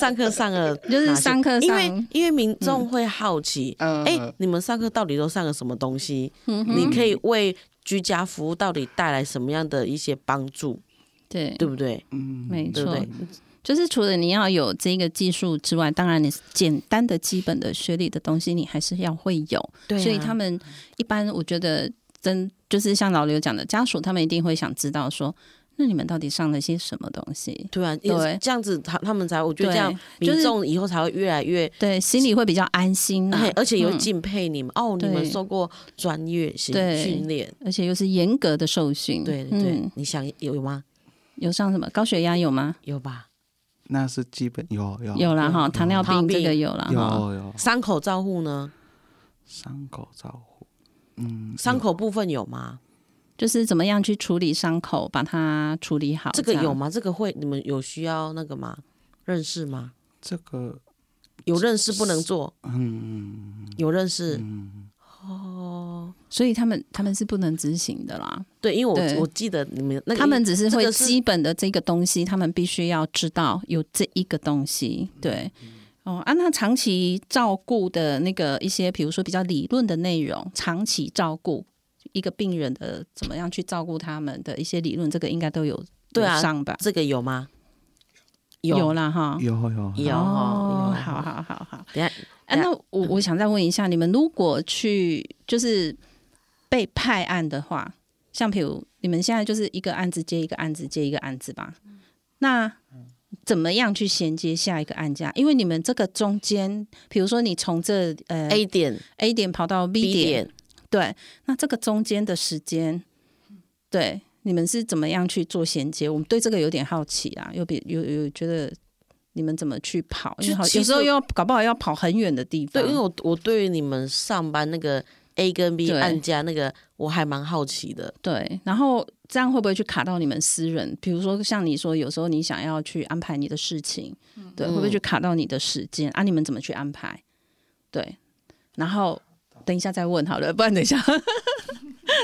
S4: 上课上了哪些，
S3: 就是上课上
S4: 因为因为民众会好奇，哎、
S8: 嗯
S4: 你们上课到底都上了什么东西？
S3: 嗯
S4: 你可以为居家服务到底带来什么样的一些帮助，
S3: 对
S4: 对不对？
S8: 嗯，
S3: 没
S4: 对
S3: 错，
S4: 不对？
S3: 就是除了你要有这个技术之外，当然你简单的基本的学理的东西，你还是要会有。
S4: 对啊
S3: 所以他们一般我觉得真就是像老刘讲的，家属他们一定会想知道说，那你们到底上了些什么东西？
S4: 对啊，
S3: 对
S4: 这样子他他们才，我觉
S3: 对
S4: 得这样
S3: 就是
S4: 民众以后才会越来越
S3: 对，心里会比较安心呐、
S4: 嘿而且也会
S3: 嗯
S4: 敬佩你们、哦，你
S3: 对
S4: 们受过专业性
S3: 对
S4: 训练，
S3: 而且又是严格的受训。
S4: 对对对，
S3: 嗯，
S4: 你想有吗？
S3: 有上什么高血压有吗？
S4: 有吧？
S8: 那是基本有有
S3: 有啦哈，糖尿
S4: 糖尿
S3: 病
S4: 病
S3: 这个有啦
S8: 有
S3: 哈。
S8: 有
S4: 伤口照护呢？
S8: 伤口照护，嗯，
S4: 伤
S8: 有
S4: 口部分有吗？
S3: 就是怎么样去处理伤口，把它处理好。
S4: 这个
S3: 样
S4: 有？吗？这个会你们有需要那个吗？认识吗？
S8: 这个
S4: 有认识不能做，
S8: 嗯
S4: 有认识、
S8: 嗯
S4: 哦。
S3: 所以他们他们是不能执行的啦。
S4: 对，因为
S3: 对
S4: 我我记得你们那个
S3: 他们只是
S4: 这
S3: 会
S4: 个是
S3: 基本的这个东西，他们必须要知道有这一个东西，
S4: 嗯
S3: 对。哦，啊，那长期照顾的那个一些，比如说比较理论的内容，长期照顾一个病人的怎么样去照顾他们的一些理论，这个应该都有
S4: 对啊
S3: 有上吧？
S4: 这个有吗？
S3: 有啦哈，
S8: 有有
S4: 有
S3: 哦
S4: 哦，有
S3: 好好好好。
S4: 等一下
S3: 啊，那我我想再问一下，你们如果去就是被派案的话，像比如你们现在就是一个案子接一个案子接一个案子吧，
S4: 嗯
S3: 那怎么样去衔接下一个案件啊？因为你们这个中间，比如说你从这呃
S4: A 点
S3: A 点跑到 B
S4: B 点
S3: 点，对，那这个中间的时间，对，你们是怎么样去做衔接？我们对这个有点好奇啊，有比有有觉得你们怎么去跑？因为好
S4: 就其
S3: 有时候
S4: 实
S3: 又要搞不好要跑很远的地方。
S4: 对，因为我我对于你们上班那个 A 跟 B
S3: 对
S4: 按加那个，我还蛮好奇的。
S3: 对，然后这样会不会去卡到你们私人？比如说像你说，有时候你想要去安排你的事情，对，会不
S4: 嗯
S3: 会去卡到你的时间啊？你们怎么去安排？对，然 后等一下再问好了，不然等一下，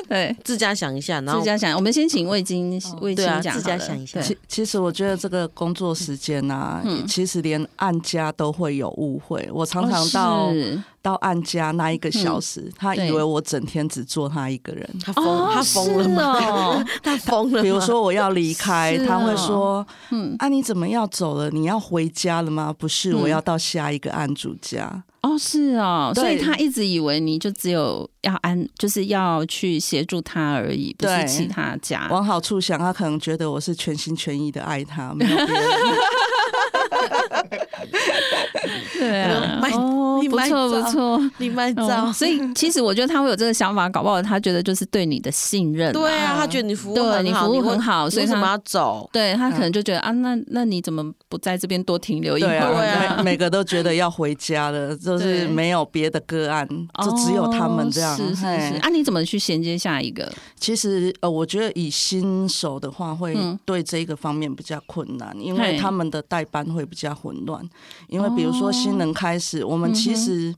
S3: 对，
S4: 自家想一下，然后
S3: 自家想，我们先请味精味精
S4: 对啊
S3: 讲好了，
S4: 自家想一下
S3: 对哦嗯
S6: 其其实我觉得这个工作时间啊，其实连按家都会有误会。我常常到、
S3: 哦是嗯
S6: 到按家那一个小时，他以
S3: 对
S6: 为我整天只做他一个人。
S4: 他疯、他疯了吗？
S3: 哦
S4: 他疯了吗？
S6: 比如说我要离开，
S3: 是哦
S6: 他会说：“啊，你怎么要走了？你要回家了吗？”不是，
S3: 嗯
S6: 我要到下一个案主家。
S3: 哦，是哦，所以
S6: 对
S3: 他一直以为你就只有要安，就是要去协助他而已，不是
S6: 对
S3: 其他家。
S6: 往好处想，他可能觉得我是全心全意的爱他，没有别人。
S3: 对啊
S4: 卖，
S3: 哦，
S4: 你
S3: 不
S4: 卖
S3: 错
S4: 照
S3: 不错。
S4: 你卖
S3: 哦
S4: 照，
S3: 所以其实我觉得他会有这个想法，搞不好他觉得就是对你的信任啊。
S4: 对啊，他觉得你服务
S3: 对
S4: 很
S3: 你
S4: 好，
S3: 服务
S4: 为
S3: 很好
S4: 你
S3: 所
S4: 为
S3: 以
S4: 什
S3: 他
S4: 么要走？
S3: 对他可能就觉得啊，那那你怎么不在这边多停留一会
S6: 对
S3: 儿？
S6: 啊，
S4: 啊
S6: 每每个都觉得要回家了，就是
S3: 对
S6: 没有别的个案，就只有他们这样。
S3: 哦是是
S6: 嘿
S3: 是，啊，你怎么去衔接下一个？
S6: 其实呃，我觉得以新手的话，会
S3: 嗯
S6: 对这个方面比较困难，因
S3: 嘿哦
S6: 为他们的代班会比较混乱。因为比如说新人开始，我们其实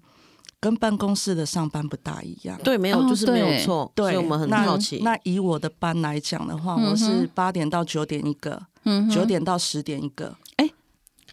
S6: 跟办公室的上班不大一样。
S4: 对，没有，
S3: 哦
S4: 就是没
S3: 嗯对
S4: 有错，所
S6: 对，
S4: 以我们很
S6: 那
S4: 好奇。
S6: 那以我的班来讲的话，
S3: 嗯
S6: 我是
S3: 哼
S6: 八点到九点一个，
S3: 嗯哼
S6: 九、点到十点一个。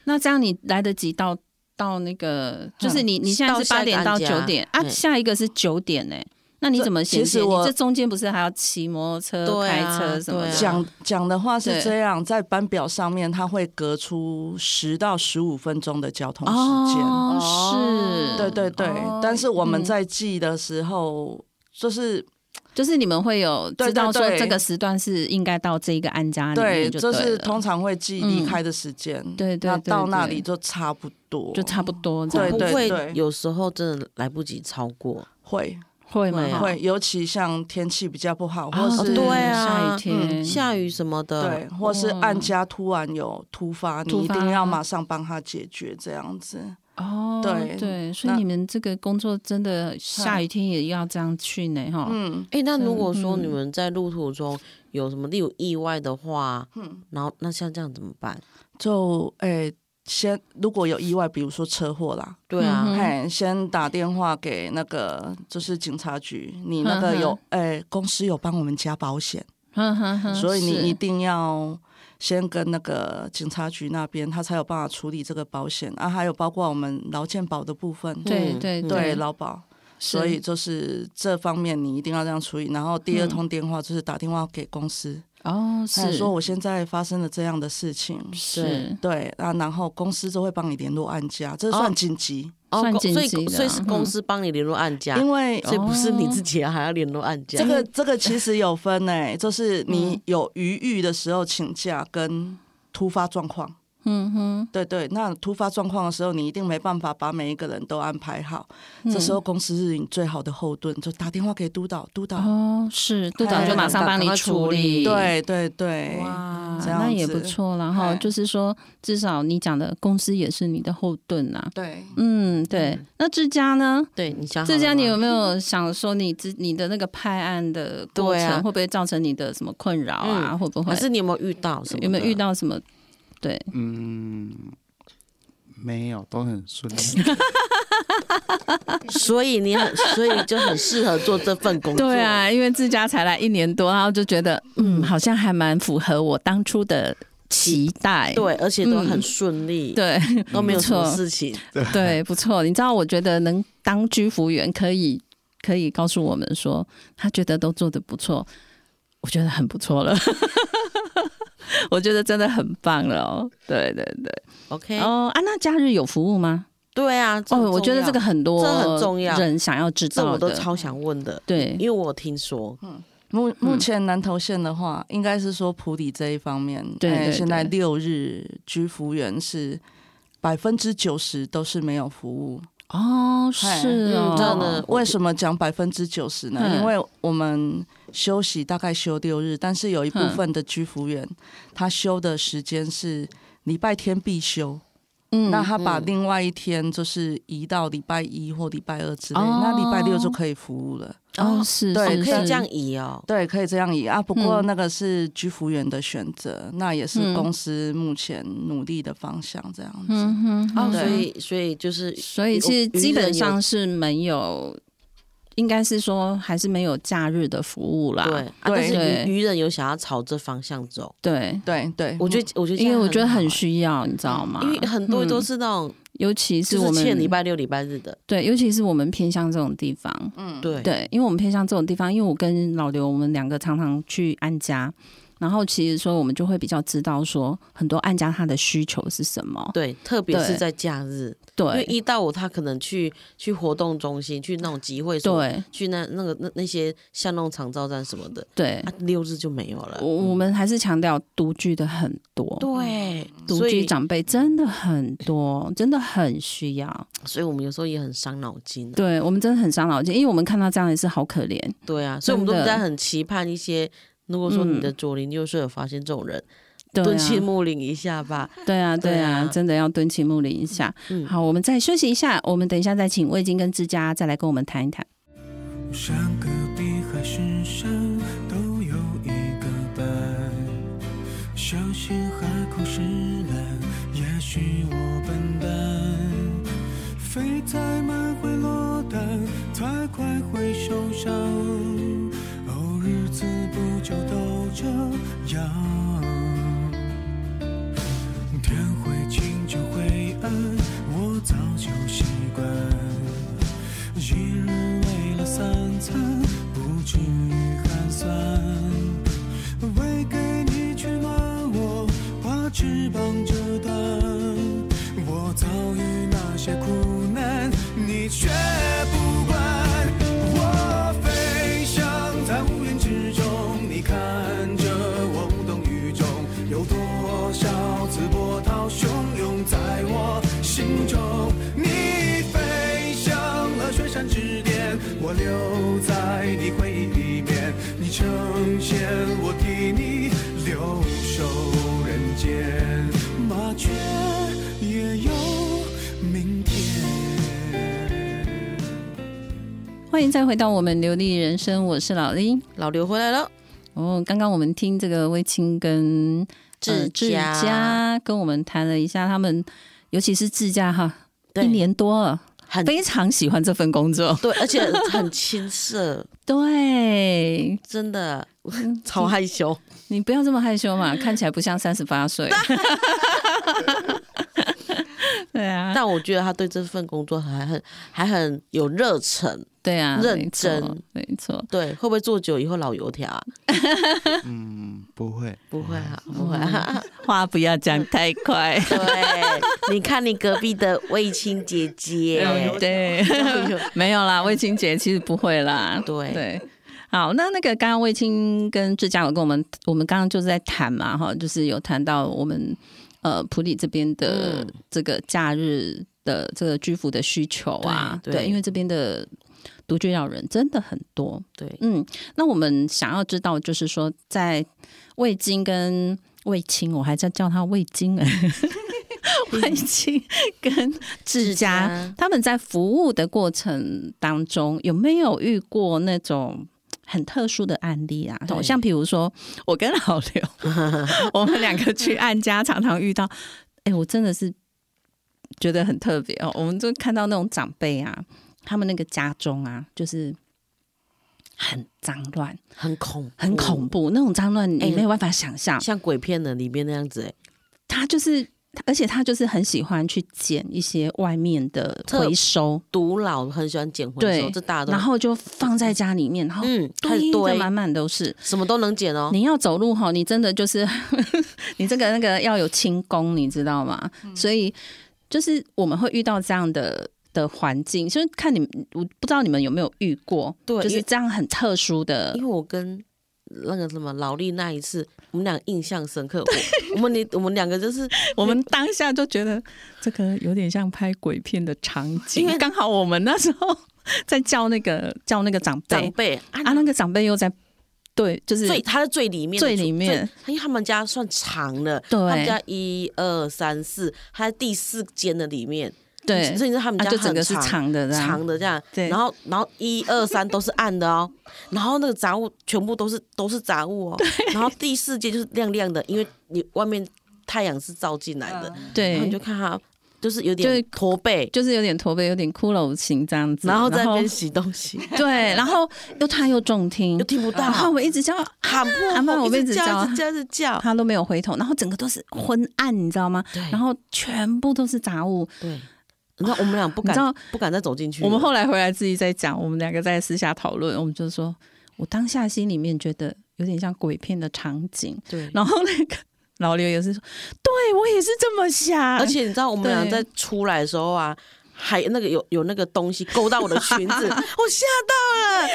S3: 那这样你来得及到到那
S6: 嗯
S3: 个，就是你你现在
S4: 到
S3: 是八
S4: 下一个
S3: 点到
S4: 案件
S3: 九
S4: 啊
S3: 点啊，
S4: 嗯
S3: 下一个是九点呢、欸那你
S6: 这
S3: 怎么衔
S6: 其实
S3: 接？你
S6: 我
S3: 这中间不是还要骑摩托车、
S4: 对
S3: 开
S4: 啊
S3: 车什么
S4: 对啊
S3: 的？
S6: 讲讲的话
S3: 对
S6: 是这样，在班表上面，它会隔出十到十五分钟的交通时间。
S3: 哦，是，
S6: 对对对，
S3: 哦
S6: 但是我们
S3: 嗯
S6: 在记的时候，就是
S3: 就是你们会有
S6: 对
S3: 知道说
S6: 对对
S3: 这个时段是应该到这一个安家里
S6: 对，
S3: 面就
S6: 就
S3: 对
S6: 是
S3: 了
S6: 通常会记
S3: 嗯
S6: 离开的时间，
S3: 对对
S6: 那
S3: 对
S6: 到那
S3: 对
S6: 里就差不多，
S3: 就差不多这
S4: 会
S3: 样
S6: 对
S4: 不
S3: 子，
S6: 对
S4: 会
S6: 对
S4: 有时候真的来不及超过？
S6: 会
S3: 会吗
S4: 会？啊
S6: 会，尤其像天气比较不好，
S3: 哦
S6: 或是嗯
S4: 对啊
S3: 下雨天，
S4: 下雨什么的，
S6: 对，或是
S3: 哦
S6: 按家突然有突发，
S3: 突
S6: 你一定
S3: 发
S6: 要马上帮他解决这样子。
S3: 哦，
S6: 对
S3: 对，所以
S6: 那
S3: 你们这个工作真的下雨天也要这样去呢，哈，
S6: 嗯，
S4: 哎、那如果说
S3: 嗯
S4: 你们在路途中有什么例如意外的话，嗯，然后那像这样怎么办？
S6: 就诶、先如果有意外，比如说车祸啦，
S4: 对啊，
S3: 嗯
S6: 嘿，先打电话给那个就是警察局，你那
S3: 哼
S6: 个
S3: 哼
S6: 有诶、公司有帮我们加保险，
S3: 哼哼 哼
S6: 嗯所
S3: 嗯
S6: 以
S3: 是
S6: 你一定要先跟那个警察局那边，他才有办法处理这个保险啊，还有包括我们劳健保的部分，
S3: 对
S4: 嗯
S3: 对
S6: 对劳保。所
S3: 是
S6: 以就是这方面你一定要这样处理，然后第二
S3: 嗯
S6: 通电话就是打电话给公司，
S3: 哦
S6: 他
S3: 是
S6: 说我现在发生了这样的事情，
S3: 是
S6: 对啊，然后公司就会帮你联络案家，这算紧急，
S4: 哦
S3: 算
S4: 公
S3: 紧
S4: 所以
S3: 急的
S4: 所以是
S3: 嗯
S4: 公司帮你联络案家，
S6: 因为
S3: 哦
S4: 所以不是你自己啊还要联络案家。
S6: 哦这个这个其实有分诶、就是
S3: 嗯
S6: 你有余裕的时候请假跟突发状况。
S3: 嗯哼，
S6: 对对，那突发状况的时候，你一定没办法把每一个人都安排好。
S3: 嗯
S6: 这时候公司是你最好的后盾，就打电话给督导，督导。
S3: 哦是督导
S6: 哎
S3: 就马上帮你处理，
S6: 对对
S3: 哎
S6: 对，
S3: 哇，
S6: 这样
S3: 那也不
S6: 子
S3: 错啦哈，
S6: 哎
S3: 就是说至少你讲的公司也是你的后盾啊，
S6: 对，
S3: 嗯对，那志佳呢？
S4: 对你想好
S3: 志
S4: 了
S3: 佳，你
S4: 吗
S3: 有没有想说你自你的那个拍案的过
S4: 对
S3: 程
S4: 啊
S3: 会不会造成你的什么困扰啊？
S4: 嗯
S3: 会不会
S4: 还是你有没有遇到什么？
S3: 有没有遇？到什么？对，
S8: 嗯，没有，都很顺利。
S4: 所以你很，所以就很适合做这份工作。
S3: 对，啊，因为自家才来一年多，然后就觉得，嗯，好像还蛮符合我当初的期待。
S4: 对，而且都很
S3: 嗯
S4: 顺利，，
S3: 对
S4: 都没有什么
S3: 不错
S4: 事情。
S3: 对，不错。你知道，我觉得能当居服员，可以可以告诉我们说，他觉得都做的不错，我觉得很不错了。 我觉得真的很棒了哦，对对对，
S4: OK，
S3: 哦啊，那假日有服务吗？
S4: 对啊，这很
S3: 哦，我觉得这个
S4: 重要
S3: 很多
S4: 这很重要
S3: 人想要知
S4: 这
S3: 道
S4: 我都
S3: 的，嗯
S4: 超嗯想问的，
S3: 对
S4: 因，为我有听说，
S6: 目目前南投县的话，应该是说普里这一方面，
S3: 对
S6: 哎
S3: 对
S6: 现在
S3: 对
S6: 六日居服员是百分之九十都是没有服务。
S3: 哦，
S6: 哎
S3: 是哦，
S4: 嗯真的
S6: 为什么讲百分之九十呢？
S3: 嗯
S6: 因为我们休息大概休六日，但是有一部分的居服员，他休的时间是礼拜天必休，
S3: 嗯
S6: 那他把另外一天就是移到礼拜一或礼拜二之类，
S3: 哦
S6: 那礼拜六就可以服务了。
S3: 哦是，
S6: 对
S3: 是
S4: 可以这
S3: 是
S4: 样移哦。
S6: 对，可以这样移啊。不过
S3: 嗯
S6: 那个是居服员的选择，那也
S3: 嗯
S6: 是公司目前努力的方向，这样子。
S3: 嗯哼，
S4: 哦，
S3: 对
S4: 所以所以就是
S3: 所以
S4: 有
S3: 其实基
S4: 愚人
S3: 本
S4: 有
S3: 上是没有，应该是说还是没有假日的服务啦，
S4: 对，啊但是
S3: 对
S4: 愚愚人有想要朝这方向走，
S3: 对，哦
S6: 对对，
S4: 我觉得我觉得这
S3: 因为
S4: 样
S3: 我觉得
S4: 好
S3: 很
S4: 啊，
S3: 需要，你知道吗？
S4: 因为很多
S3: 嗯
S4: 都是那种
S3: 尤其是
S4: 就
S3: 我
S4: 是
S3: 们
S4: 欠礼拜六、礼拜日的，
S3: 对，尤其是我们偏向这种地方，
S6: 嗯
S4: 对，
S3: 对，因为我们偏向这种地方，因为我跟老刘我们两个常常去安家，然后其实说我们就会比较知道说很多按家他的需求是什么，
S4: 对，特别
S3: 对
S4: 是在假日，因为
S3: 对
S4: 一到五他可能去去活动中心，去那种集会所，
S3: 对
S4: 去那那个那那些像那种长照站什么的，
S3: 对
S4: 啊，，六日就没有了。
S3: 我我们还是强调独居的很多，
S4: 对，
S3: 独
S4: 所
S3: 居
S4: 以
S3: 长辈真的很多，真的很需要。
S4: 所以我们有时候也很伤脑筋、啊。
S3: 对我们真的很伤脑筋，因为我们看到这样也是好可怜。
S4: 对啊，所以我们都
S3: 真的
S4: 不在很期盼一些。如果说
S3: 嗯
S4: 你的左邻右舍有发现这种人，
S3: 对
S4: 蹲亲
S3: 啊，
S4: 睦邻一下 吧。
S3: 对啊，对
S4: 对
S3: 啊，
S4: 啊
S3: 真的要蹲起木林一下。
S4: 嗯
S3: 好，我们再休息一下，我们等一下再请魏晶跟之佳再来跟我们谈一谈。
S10: 山戈壁海深山都有一个伴，小心海枯石烂，也许我笨蛋，飞太慢会落单，太快会受伤，哦，日子不就都这样？天会晴就会暗，我早就习惯。一日为了三餐，不至于寒酸。为给你取暖，我把翅膀折断。我遭遇那些苦难，你却不管。我飞翔在乌云之中，你看着我无动于衷。有多少次波涛汹涌在我心中？你飞翔了雪山之巅，我留在你回忆里面。你成仙，我替你留守人间。麻雀也有明天。
S3: 欢迎再回到我们流利人生，我是老林。
S4: 老刘回来了，
S3: 哦，刚刚我们听这个魏青跟呃
S4: 志
S3: 志
S4: 佳
S3: 佳跟我们谈了一下，他们尤其是志佳哈，
S4: 对
S3: 一年多了，
S4: 很
S3: 非常喜欢这份 工作。
S4: 对，而且很青涩，
S3: 对，
S4: 真 的
S3: 嗯
S4: 超害羞。
S3: 你不要这么害羞 嘛，看起来不像三十八岁。对 啊，
S4: 但我觉得他对这份工作还很还很有热忱。
S3: 对啊，
S4: 认
S3: 没错
S4: 真，
S3: 没错。
S4: 对，会不会做久以后老油条啊？
S8: 嗯，不会，
S4: 不会啊，
S3: 嗯
S4: 不会 啊。。
S3: 话不要讲太快
S4: 对，你看你隔壁的卫青姐姐，
S3: 对， 没有啦，魏青姐其实不会啦。
S4: 对
S3: 对。好，那那个刚刚魏青跟志佳有跟我们，我们刚刚就是在谈嘛，哈，就是有谈到我们呃普里这边的
S4: 嗯
S3: 这个假日的这个居服的需求啊，
S4: 对对
S3: 因为这边的独居老人真的很多，
S4: 对，
S3: 嗯，那我们想要知道，就是说，在味精跟味精，我还在叫他味精哎、 味精跟
S4: 志
S3: 志佳
S4: 佳，
S3: 他们在服务的过程当中，有没有遇过那种很特殊的案例啊？
S4: 对
S3: 像比如说，我跟老 刘，我们两个去按家，常常遇到，哎、我真的是觉得很特别哦。我们就看到那种长辈啊，他们那个家中啊，就是很脏乱，
S4: 很恐
S3: 很恐怖，那种脏乱你
S4: 哎
S3: 没有办法想象。
S4: 像鬼片的里面那样子，哎，
S3: 他就是，而且他就是很喜欢去捡一些外面的
S4: 特
S3: 回收，
S4: 独老很喜欢捡回收，
S3: 对
S4: 这大家都
S3: 然后就放在家里面，然后
S4: 嗯，开
S3: 堆
S4: 始
S3: 的
S4: 堆，
S3: 满满都是。
S4: 什么都能捡哦。
S3: 你要走路哈，你真的就是 你这个那个要有轻功，你知道吗？
S4: 嗯
S3: 所以就是我们会遇到这样的的环境，就是看你们，我不知道你们有没有遇过，
S4: 对
S3: 就
S4: 因
S3: 是
S4: 为
S3: 这样很特殊的
S4: 因为我跟那个什么劳力那一次，我们俩印象深刻。我我们你我们两个就是
S3: 我们当下就觉得这个有点像拍鬼片的场景
S4: 因，为
S3: 刚好我们那时候在叫那个叫那个长辈
S4: 长辈啊，
S3: 啊，那个长辈又在对，就是
S4: 最他在最里面的
S3: 最里面
S4: 最，因为他们家算长的，
S3: 对
S4: 他们家一二三四，他在第四间的里面，
S3: 对，
S4: 所以是他们
S3: 啊
S4: 家
S3: 就整
S4: 很
S3: 个是长的这样
S4: 长的这样，
S3: 对
S4: 然后然后一二三都是暗的 哦，然后那个杂物全部都是都是杂物哦，然后第四间就是亮亮的，因为你外面太阳是照进来的，然后你
S3: 对
S4: 就，看他就是有
S3: 嗯就是
S4: 点驼 背，
S3: 就是有点驼背，有点骷髅型这样子，
S4: 然后在那边洗东 西，
S3: 对，然后又他又重听
S4: 又，听不
S3: 然后
S4: 到，
S3: 我一直叫
S4: 喊破
S3: 阿嬷
S4: 口
S3: 我被
S4: 一
S3: 一直
S4: 直叫，
S3: 叫
S4: 一直叫，一直 叫，
S3: 他都没有回头，然后整个都是昏暗，你知道吗？
S4: 对
S3: 然后全部都是杂物。
S4: 对。你知道我们俩不
S3: 你知道
S4: 敢不敢再走进去了，
S3: 我们后来回来自己在讲，我们两个在私下讨论，我们就说，我当下心里面觉得有点像鬼片的场景。
S4: 对，
S3: 然后那个老刘也是说，对我也是这么想，
S4: 而且你知道我们俩在出来的时候啊。还那个有有那个东西勾到我的裙 子，我吓到了，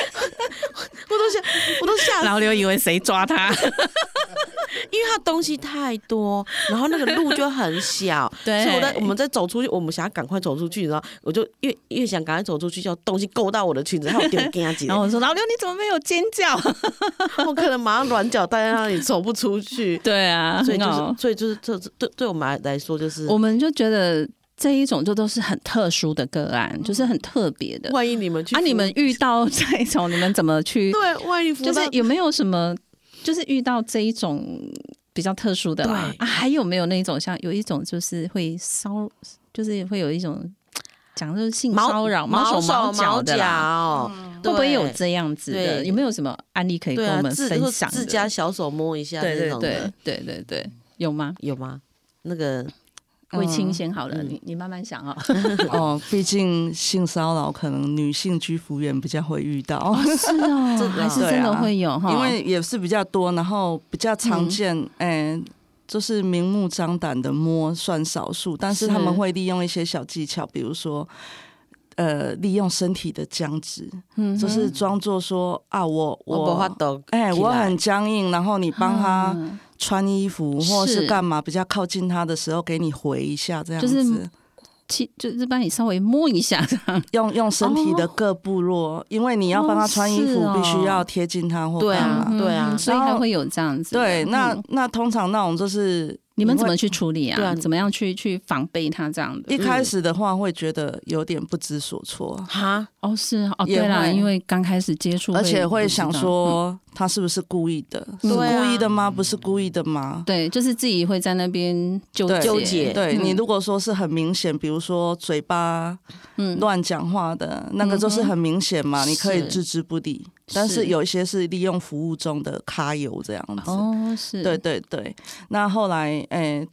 S4: 我都吓，我都吓死了
S3: 老刘以为谁抓 他，
S4: 因为它东西太多，然后那个路就很小，
S3: 对
S4: 所以我在我们在走出去，我们想要赶快走出去，然后我就越越想赶快走出去，叫东西勾到我的裙子，还有点跟他姐，
S3: 然后我说老刘你怎么没有尖叫？，
S4: 我可能马上软脚待在那里走不出去
S3: 对啊，
S4: 所以就
S3: 很好
S4: 是所以就是这对对我们来来说就是，
S3: 我们就觉得这一种就都是很特殊的个案，就是很特别的。
S4: 万一你们去
S3: 啊，你们遇到这一种，你们怎么 去？
S4: 对，万一
S3: 就是有没有什么，就是遇到这一种比较特殊的啦？啊，还有没有那一种像有一种就是会骚，就是会有一种讲就是性骚扰、毛
S4: 毛
S3: 手
S4: 毛
S3: 脚的啦，
S4: 脚，
S3: 会不会有
S4: 对
S3: 这样子的？
S4: 对
S3: 有没有什么案例可以
S4: 对
S3: 跟
S4: 啊
S3: 我，们
S4: 自
S3: 分
S4: 或
S3: 享的？
S4: 自家小手摸一下
S3: 对
S4: 那
S3: 对
S4: 种
S3: 对
S4: 的，
S3: 对对对，有吗？
S4: 有吗？那个
S3: 卫青
S6: 嗯
S3: 先好了，你你慢慢想啊。
S6: 哦，毕竟性骚扰可能女性居服员比较会遇到，
S3: 是 哦，
S4: 真的
S3: 还是真的会有哈，嗯
S6: 因为也是比较多，然后比较常见，哎、就是明目张胆的摸算少数，但是
S3: 是
S6: 他们会利用一些小技巧，比如说。呃，利用身体的僵直，
S3: 嗯哼
S6: 就是装作说啊，我
S4: 我法抖，
S6: 哎、我
S4: 起来
S6: 很僵硬，然后你帮他
S3: 嗯
S6: 穿衣服、或
S3: 是
S6: 是干嘛，比较靠近他的时候给你回一下，这样
S3: 就
S6: 子，
S3: 是其就是帮你稍微摸一下，
S6: 用用身体的各部落，因为你要帮他穿衣服，
S3: 哦哦是哦
S6: 必须要贴近他或
S4: 对
S6: 干
S4: 啊
S6: 嘛。
S4: 对啊
S3: 嗯所以
S6: 然后
S3: 他会有这样子的。
S6: 对，那
S3: 嗯
S6: 那通常那种就是
S3: 你们怎么
S6: 会
S3: 去处理
S4: 对
S3: 啊？
S4: 啊
S3: 怎么样去去防备他这样
S6: 一
S3: 的？
S6: 开始的话会觉得有点不知所措，
S4: 哈，
S3: 哦，是啊哦，
S6: 也
S3: 对啦，
S6: 会
S3: 因为刚开始接触，
S6: 而且会
S3: 不知道嗯
S6: 想，说他是不是故意的？是
S3: 对
S4: 啊
S6: 故意的吗？不是故意的吗
S3: 嗯？对，就是自己会在那边纠
S6: 对纠
S4: 结
S6: 对
S3: 嗯
S6: 你如果说是很明显，比如说嘴巴
S3: 嗯，
S6: 乱讲话的那个，就是很明显
S3: 嗯
S6: 嘛，
S3: 哼
S6: 你可以
S3: 是
S6: 置之不理。但
S3: 是
S6: 是有一些是利用服务中的揩油这样子。
S3: 哦，是
S6: 对对对，那后来诶、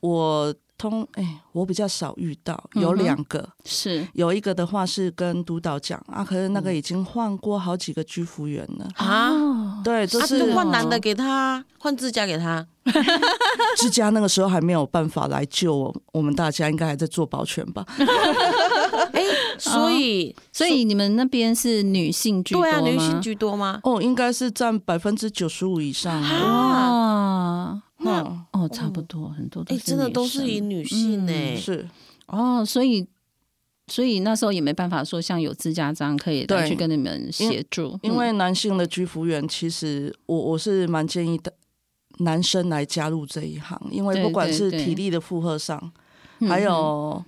S6: 我通诶、我比较少遇到，有
S3: 嗯哼
S6: 两个，
S3: 是
S6: 有一个的话是跟督导讲啊，可是那
S3: 嗯
S6: 个已经换过好几个居服员了。
S4: 啊
S3: 哦
S6: 对，就
S4: 啊，
S6: 是
S4: 就换男的给他，换指甲给他，
S6: 之家那个时候还没有办法来救我我们大家，应该还在做保全 吧？
S4: 哎，所以
S3: 所以你们那边是女性哦居多
S4: 对啊，女性
S3: 吗
S4: 居多吗？
S6: 哦，应该是占百分之九十五以上啊。
S4: 啊，
S3: 哇，
S4: 那
S6: 嗯
S3: 哦，差不多，很多
S4: 哎，
S3: 都是
S4: 真的都是
S3: 女嗯
S4: 以
S3: 生
S4: 女性哎，
S6: 是
S3: 哦，所以所以那时候也没办法说像有自家这样可以来
S6: 对
S3: 去跟你们协助，
S6: 因为男性的居服员，其实我我是蛮建议的男生来加入这一行，因为
S3: 对
S6: 不管
S3: 对
S6: 是
S3: 对
S6: 体力的负荷上，
S3: 嗯
S6: 还有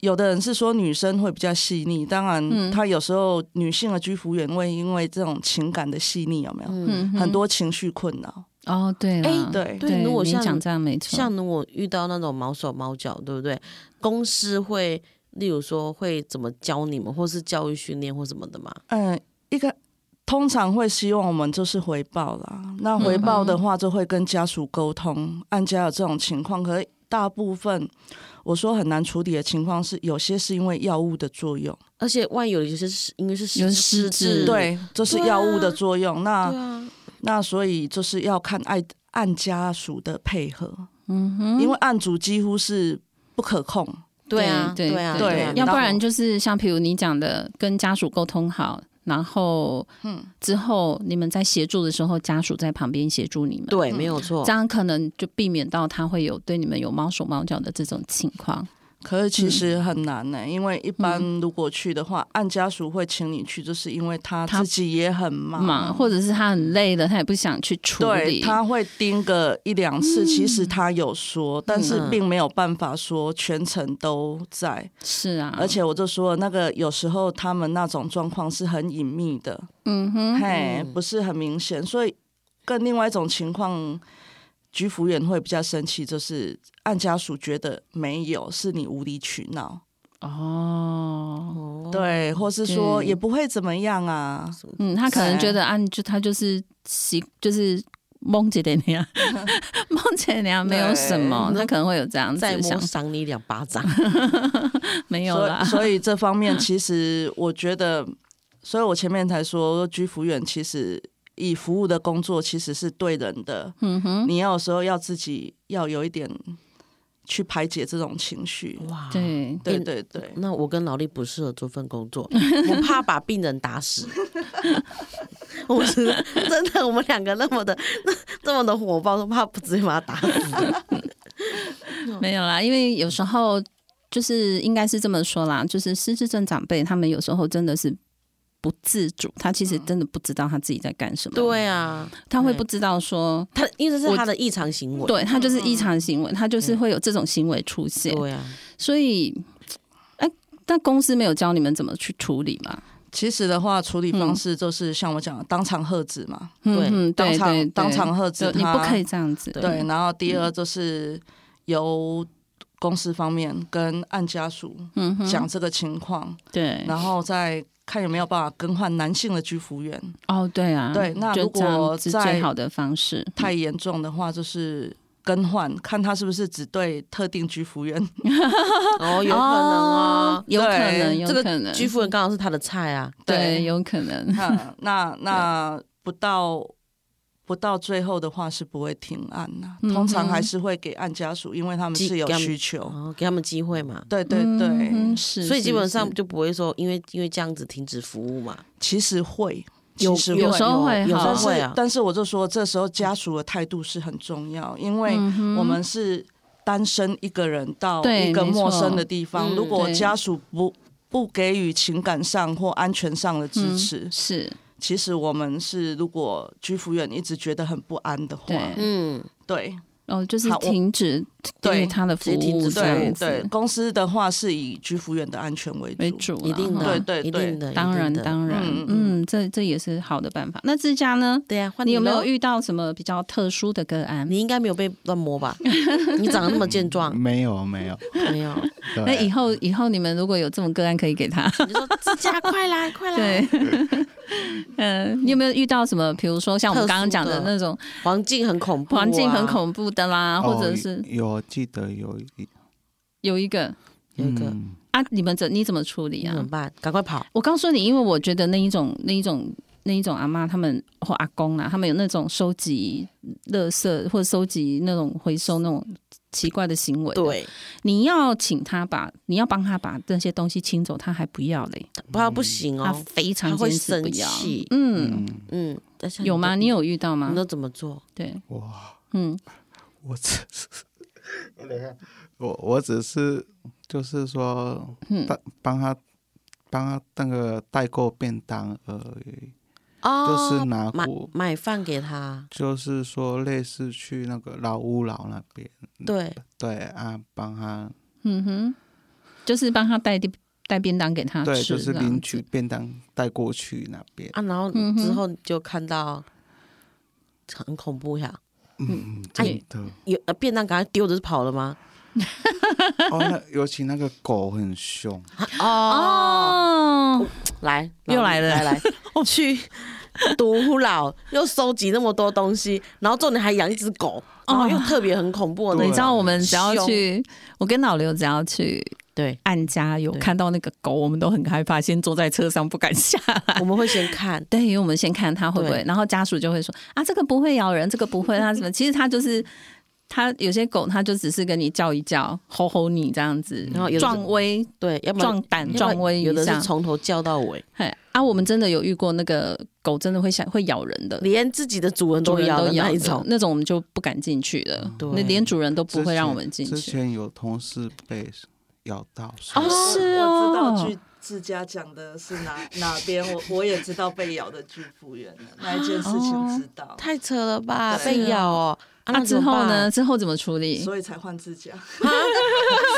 S6: 有的人是说女生会比较细腻，当
S3: 嗯
S6: 然，她有时候女性的居服员会因为这种情感的细腻，有没有、
S3: 嗯
S6: 很多情绪困扰？
S3: 哦，对啦
S4: 哎
S6: 对
S3: 对，
S4: 对如果
S3: 你
S4: 像
S3: 讲这样没错，
S4: 像我遇到那种毛手毛脚，对不对？公司会，例如说会怎么教你们，或是教育训练或什么的嘛？
S6: 嗯、一个通常会希望我们就是回报啦。那回报的话，就会跟家属沟通，按家有这种情况，可是大部分我说很难处理的情况是，有些是因为药物的作用，
S4: 而且万一有一些是应该是
S3: 有
S4: 失
S3: 失
S4: 失
S3: 智
S4: 智，
S6: 对，就是
S4: 对啊
S6: 药物的作用。那、
S4: 对啊，
S6: 那所以就是要看按按家属的配合，
S3: 嗯哼
S6: 因为案主几乎是不可控，
S4: 对啊，
S3: 对
S4: 啊，
S6: 对
S4: 啊
S3: 要不然
S6: 然后
S3: 就是像譬如你讲的，跟家属沟通好。然后，嗯，之后你们在协助的时候，家属在旁边协助你们，，
S4: 对，没有错
S3: 这，样可能就避免到他会有对你们有猫手猫脚的这种情况。
S6: 可是其实很难呢、
S3: 嗯
S6: 因为一般如果去的话，按家属会请你去，就是因为他
S3: 他
S6: 自己也很忙，
S3: 嘛，嗯或者是他很累了，他也不想去处
S6: 对
S3: 理。嗯
S6: 他会盯个一两次。其实他有说，但是并没有办法说全程都在。
S3: 是啊，
S6: 而且我就说，那个有时候他们那种状况是很隐秘的，
S3: 嗯哼，
S6: 嘿，不是很明显，所以跟另外一种情况。局服员会比较生气，就是按家属觉得没有，是你无理取闹。
S3: 哦，
S6: 对，或是说
S3: 对
S6: 也不会怎么样啊，
S3: 嗯，他可能觉得啊，你就他就是习就是蒙姐的那 样，蒙姐那样啊没有什么，他可能会有这样子
S4: 再
S3: 的想
S4: 摸
S3: 法，
S4: 赏你两巴 掌，
S3: 没有
S6: 所
S3: 啦
S6: 以，所以这方面其实我觉得，所以我前面才说居服员其实以服务的工作其实是对人的，
S3: 嗯哼，
S6: 你要有时候要自己要有一点去排解这种情绪。
S3: 哦
S4: 哇，
S3: 对，
S6: 对
S4: 嗯
S6: 对对，
S4: 那我跟劳力不适合做份工 作，我怕把病人打死。我是真的，我们两个那么的那么的火爆，都怕不直接把他打 死。
S6: 嗯
S3: 没有啦，因为有时候就是应该是这么说啦，就是失智症长辈他们有时候真的是不自主，他其实
S6: 嗯
S3: 真的不知道他自己在干什么，
S4: 对啊，
S3: 他会不知道说，
S4: 他因为这是他的异常行为。
S3: 对他
S6: 嗯
S3: 就是异常行为，他就是会有这种行为出现，
S4: 对啊，
S3: 所以，哎、但公司没有教你们怎么去处理嘛？
S6: 其实的话，处理
S3: 嗯
S6: 方式就是像我讲的，当场喝止嘛，
S4: 对
S3: 嗯，
S6: 当
S3: 对
S6: 场
S3: 对，
S6: 当
S3: 对
S6: 场喝止
S3: 对你
S6: 他
S3: 不可以这样子，嗯
S6: 对，然后第二就是由公司方面跟按家属
S3: 嗯哼，
S6: 讲这个情况，
S3: 对，
S6: 然后再看有没有办法更换男性的居服员。
S3: 哦，对啊，
S6: 对那
S3: 就
S6: 如果
S3: 这样是
S6: 在
S3: 最好的方式，
S6: 太严重的话，就是更换，看他是不是只对特定居 服员。
S4: 哦，有可能啊，
S3: 有可
S6: 对
S3: 能，有
S4: 这
S3: 可能
S4: 个，居夫人刚好是他的菜啊。
S3: 对，有可能，
S6: 那那那不到不到最后的话是不会停案呐、
S3: 嗯哼
S6: 通常还是会给案家属，因为他们
S4: 给
S6: 是有
S4: 给他们
S6: 需求。
S4: 哦，给他们机会嘛。
S6: 对对对，
S3: 嗯是，
S4: 所以基本
S3: 是
S4: 上
S3: 是
S4: 就不会说，因为因为这样子停止服务嘛。
S6: 其实会，
S4: 有
S6: 其实
S3: 有
S6: 会
S3: 时候会
S4: 有时
S3: 好
S6: 但
S4: 候
S6: 是、
S4: 会啊。
S6: 但是我就说，这时候家属的态度是很重要，因为
S3: 嗯哼
S6: 我们是单身一个人到
S3: 对
S6: 一个
S3: 没错
S6: 陌生的地方，
S4: 嗯
S6: 如果
S3: 对
S6: 家属不不给予情感上或安全上的支持，
S3: 嗯是
S6: 其实我们是如果居服员一直觉得很不安的话，
S3: 对
S4: 嗯，
S6: 对
S3: 哦，就是
S6: 好我
S3: 停止
S6: 对
S3: 对他的服
S4: 直接停
S3: 务
S4: 止
S3: 这样
S6: 对
S3: 子
S6: 对，公司的话是以居服员的安全为主，
S3: 为主啦，
S4: 一定的，
S3: 哈
S6: 对对
S4: 一
S6: 对
S4: 定的，
S3: 当然
S4: 一定的
S3: 当然
S6: 嗯，嗯
S3: 嗯，这这也是好的办法。那自家呢？
S4: 对啊，换
S3: 你有没
S4: 咯
S3: 有遇到什么比较特殊的个案？
S4: 你应该没有被乱摸 吧？你长得那么健壮，
S8: 没有没有，
S4: 没有？
S8: 对
S3: 那以后以后你们如果有这种个案，可以 给他。
S4: 你 说自家快来快来
S3: 对，， 嗯，你有没有遇到什么？比如说像我们刚刚讲
S4: 特
S3: 的
S4: 殊的
S3: 那种
S4: 环境很恐怖啊，
S3: 环境很恐怖的啦，或者
S8: 哦
S3: 是
S8: 有记得有一
S3: 有一个
S4: 有一个
S8: 嗯
S3: 啊，你们怎你怎么处理
S4: 你
S3: 啊
S4: 怎？么办？赶快跑！
S3: 我告诉你，因为我觉得那一种那一种那一种阿妈他们或阿公啊，他们有那种收集垃圾或收集那种回收那种奇怪的行为。，
S4: 对，
S3: 你要请他把你要帮他把这些东西清走，他还不要嘞，
S4: 不然不行
S3: 他
S4: 哦。
S3: 非常
S4: 他会
S3: 坚持不要
S4: 生气。
S3: 嗯，
S8: 嗯，
S4: 嗯，但是
S3: 有吗？
S4: 都
S3: 你有遇到
S4: 你
S3: 吗
S4: 都？怎么做？
S3: 对，
S8: 哇，
S3: 嗯，
S8: 我只是，我我只是就是说
S3: 嗯，
S8: 帮帮他帮他那个代购便当而已，
S4: 哦，
S8: 就是拿
S4: 买
S8: 过，
S4: 买饭给他。
S8: 就是说类似去那个老屋老那边，
S4: 对，
S8: 对啊，帮他
S3: 嗯哼，就是帮他带便带便当给他吃，
S8: 对，就是
S3: 啊这样
S8: 领
S3: 子
S8: 取便当带过去那边，
S4: 啊，然后
S3: 嗯哼
S4: 之后你就看到很恐怖呀，
S8: 嗯，
S3: 哎
S8: 真的。
S4: 有呃便当赶快丢着就跑了吗？
S8: 哦，那尤其那个狗很凶，
S4: 哦，
S3: 哦，
S4: 来，
S3: 又
S4: 老
S3: 来
S4: 李
S3: 了
S4: 来 来，去独老又收集那么多东西，然后重点还养一只狗，然后又特别很恐怖的
S8: 对
S3: 你
S4: 那
S3: 知
S4: 种。
S3: 道我们只要去，我跟老刘只要去
S4: 对，
S3: 按家有
S4: 对
S3: 看到那个狗，我们都很害怕，先坐在车上不敢下来
S4: 我。们会先看，
S3: 对，因为我们先看它会不会
S4: 对，
S3: 然后家属就会说啊，这个不会咬人，这个不会，它什 么？其实它就是它有些狗，它就只是跟你叫一叫，吼吼你这样子，
S4: 然后有的
S3: 壮威、
S4: 对，要么
S3: 壮胆、壮威
S4: 有
S3: 一
S4: 的
S3: 下
S4: 是。从头叫到尾，
S3: 哎，啊，我们真的有遇过那个狗真的会想会咬人的，
S4: 连自己的主人
S3: 主
S4: 都
S3: 人
S4: 咬
S3: 都
S4: 的
S3: 咬
S4: 那一
S3: 的
S4: 种。
S3: 那种我们就不敢进去了，
S4: 对
S3: 那连主人都不
S8: 之
S3: 会让我
S8: 前
S3: 们进
S8: 之
S3: 去。
S8: 前有同事被咬到，
S3: 哦
S8: 所以
S3: 是哦
S6: 我知道居自家讲的是哪哪边，我我也知道被咬的居服员了那一件事情知道，
S4: 太扯了吧，
S6: 对
S4: 被咬哦。啊
S3: 啊，
S4: 那
S3: 之
S4: 怎么
S3: 后
S4: 办
S3: 呢？？之后怎么处理？
S6: 所以才换自家。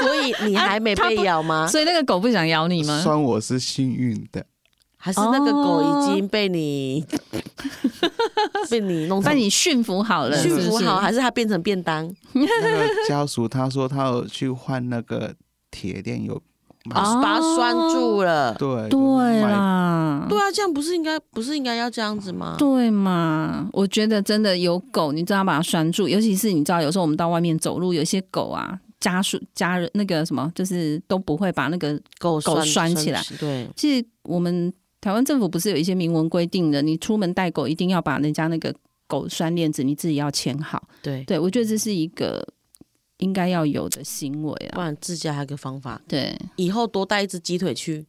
S4: 所以你还没被咬吗？
S3: 所以那个狗不想咬你吗？
S8: 算我是幸运的，
S4: 还是那个狗已经被你哦 被你弄
S3: 把
S4: 成
S3: 你驯服好了，
S4: 驯
S3: 是
S4: 服
S3: 不是
S4: 好，还是它变成便当？
S8: 那个家属他说他有去换那个铁链，有
S3: 哦
S4: 把它拴住了。
S8: 对
S3: 对
S8: 啦，
S3: 啦，
S4: 对啊，这样不是应该不是应该要这样子吗？
S3: 对嘛？我觉得真的有狗，你知道把它拴住，尤其是你知道，有时候我们到外面走路，有些狗啊，家属家人那个什么，就是都不会把那个
S4: 狗
S3: 狗
S4: 拴
S3: 拴起来
S4: 对，
S3: 其实我们台湾政府不是有一些明文规定的，你出门带狗一定要把人家那个狗拴链子，你自己要牵好。
S4: 对，
S3: 对，我觉得这是一个应该要有的行为
S4: 不
S3: 啊。
S4: 然自家还有一个方法，
S3: 对，
S4: 以后多带一只鸡腿去，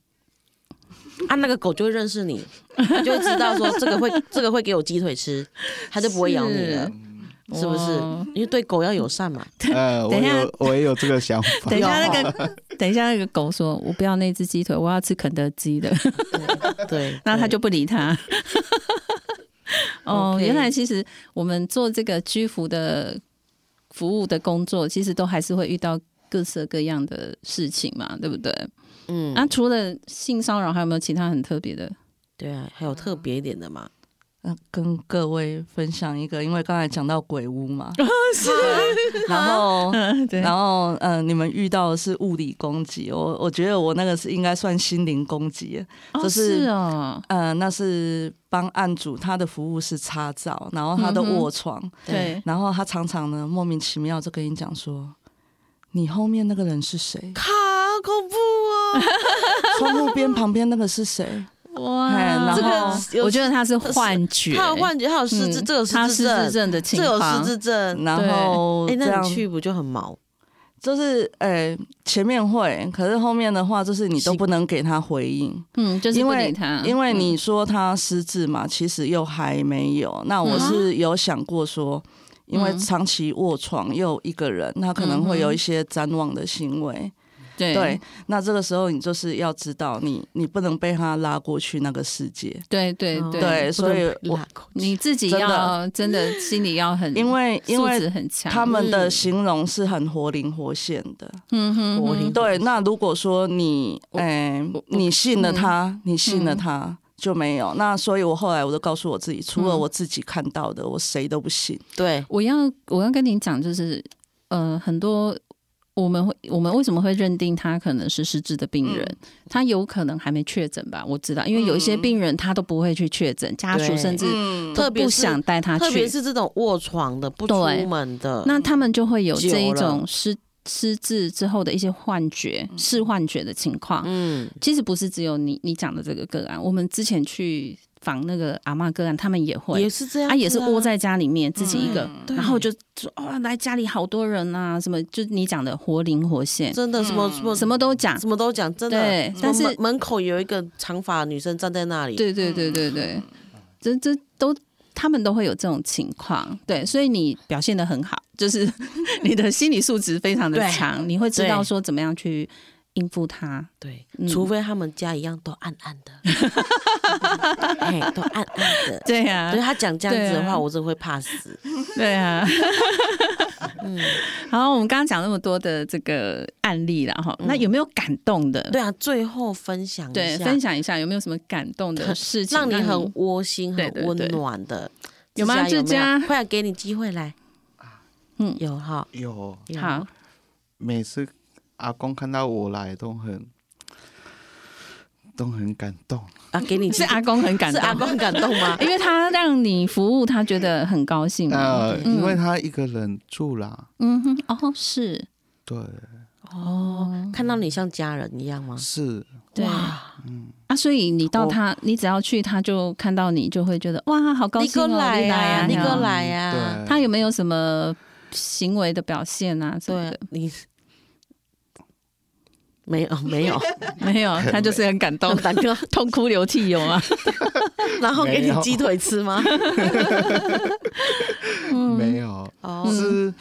S4: 啊，那个狗就会认识你，它就会知道说这个会 这个会给我鸡腿吃，它就不会咬你了，是不是
S3: 哇？
S4: 因为对狗要友善嘛。
S8: 呃，我
S3: 等一下
S8: 有我也有这个想法
S3: 等一。下那个，等一下那个狗说：“我不要那只鸡腿，我要吃肯德基的。，”
S4: 对
S3: 那他就不理 他。哦
S4: OK
S3: 原来其实我们做这个居服的服务的工作，其实都还是会遇到各色各样的事情嘛，对不对？
S4: 嗯
S3: 那、，除了性骚扰，还有没有其他很特别的？
S4: 对啊，还有特别一点的嘛，
S6: 那嗯跟各位分享一个，因为刚才讲到鬼屋嘛，是，然后，
S3: 哦对
S6: 然后，嗯、你们遇到的是物理攻击，我我觉得我那个是应该算心灵攻击，
S3: 哦，
S6: 就是
S3: 是哦，
S6: 呃，那是帮案主他的服务是擦澡，然后他的
S3: 嗯哼
S6: 卧床，
S3: 对，
S6: 然后他常常呢莫名其妙就跟你讲说，你后面那个人是谁？
S4: 好恐怖哦！
S6: 窗户边旁边那个是谁？嘿然
S3: 哇，
S6: 后
S4: 这个有
S3: 我觉得他是幻觉，
S4: 还有幻觉，还有失智，
S3: 嗯
S4: 这有
S3: 他
S4: 失
S3: 失
S4: 智
S3: 智
S4: 症，
S3: 症的情
S4: 这有
S3: 况
S4: 失，智症。
S6: 然后
S4: 哎，
S6: 这
S4: 那
S6: 样
S4: 你去不就很毛？
S6: 就是，呃、前面会，可是后面的话就是你都不能给他回应，
S3: 嗯，就是
S6: 因
S3: 不
S6: 为
S3: 理他，
S6: 因
S4: 嗯
S6: 为你说他失智嘛，其实又还没有。那
S4: 嗯
S6: 我是有想过说，因为长期卧床又一个人，他
S4: 嗯
S6: 可能会有一些瞻望的行为。
S3: 嗯对
S6: 对，那这个时候你就是要知道你，你不能被他拉过去那个世界。
S3: 对对
S4: 嗯
S6: 对
S4: 不
S6: 所以
S4: 能
S6: 我
S4: 拉过去
S3: 你自己要真的心里要很，
S6: 因为
S3: 嗯
S6: 因
S3: 素质
S6: 为
S3: 很强，
S6: 他们的形容是很活灵活现的。
S3: 嗯哼
S4: 我
S3: 哼
S4: 听
S6: 对，那如果说你，哎、你信
S3: 嗯
S6: 了他，你信了他。就没有那，所以我后来我就告诉我自己，除了
S3: 嗯
S6: 我自己看到的，我谁都不信。
S4: 对，
S3: 我要我要跟你讲，就是呃，很多我们会我们为什么会认定他可能是失智的病人？
S4: 嗯
S3: 他有可能还没确诊吧？我知道，因为有一些病人他都不会去确诊，家属
S4: 对
S3: 甚至
S6: 嗯，
S3: 都
S4: 特别
S3: 不
S4: 是
S3: 想带他去，
S4: 特别是这种卧床的、不出
S3: 对
S4: 门的，
S3: 那他们就会有
S4: 久
S3: 这一
S4: 了
S3: 种失失智之后的一些幻觉、视幻觉的情况。
S4: 嗯，
S3: 其实不是只有你你讲的这个个案，我们之前去访那个阿嬷个案，他们也会
S4: 也是这样子
S3: 啊，
S4: 啊，
S3: 也是窝在家里面自己一个，
S4: 对
S3: 然后就说哦，来家里好多人啊，什么就你讲的活灵活现，
S4: 真的什么什么
S3: 什么都讲
S4: 什。么都讲，真的。
S3: 对
S4: 什么
S3: 但是
S4: 门门口有一个长发女生站在那里，，
S3: 对对对对对，这这都他们都会有这种情况。对，所以你表现的很好，就是 你的心理素质非常的
S4: 对
S3: 强，你会知道
S4: 对
S3: 说怎么样去应付他。
S4: 对，
S3: 嗯
S4: 除非他们家一样都暗暗 的，嘿，都暗暗的。
S3: 对呀、
S4: 对他讲这样子的
S3: 对
S4: 话，
S3: 啊
S4: 我真的会怕死。
S3: 对啊，
S4: 嗯
S3: 好，我们刚刚讲那么多的这个案例了
S4: 嗯
S3: 哈，那有没有感动的？
S4: 对啊，最后分享
S3: 对
S4: 一下
S3: 分，享一下有没有什么感动的事情，
S4: 让你很窝心、
S3: 对
S4: 很
S3: 对
S4: 温
S3: 对
S4: 暖的。
S3: 有吗
S4: 志
S3: 志
S4: 有
S3: 佳
S4: 没有快给你机会来。
S3: 嗯
S4: 有哈，
S8: 有
S4: 有
S3: 好，
S8: 每次阿公看到我来都很都很感动，
S4: 啊，给你
S3: 是
S4: 机会
S3: 阿公很 感
S4: 是
S3: 动，？
S4: 阿公很感动哎吗
S3: 因为他让你服务，他觉得很高兴嘛。
S8: 呃，因为他一个人住啦，
S3: 嗯哼，哦，是
S8: 对，
S3: 哦，
S4: 看到你像家人一样吗？
S8: 是
S3: 对啊，所以你到他，你只要去，他就看到你，就会觉得哇，好高
S4: 你
S3: 兴
S4: 过
S3: 哦，
S4: 来呀，你
S3: 你
S4: 过
S3: 来啊
S4: 来呀，
S8: 对，
S3: 他有没有什么行为的表现啊？什么
S4: 对
S3: 的，
S4: 你没 有没有，
S3: 没有，他就是很感 动，
S4: 大哥，
S3: 痛哭流涕有啊吗？
S4: 然后给
S8: 没
S4: 你
S8: 有
S4: 鸡腿吃吗？
S3: 嗯
S8: 没有，
S4: 哦，
S8: 是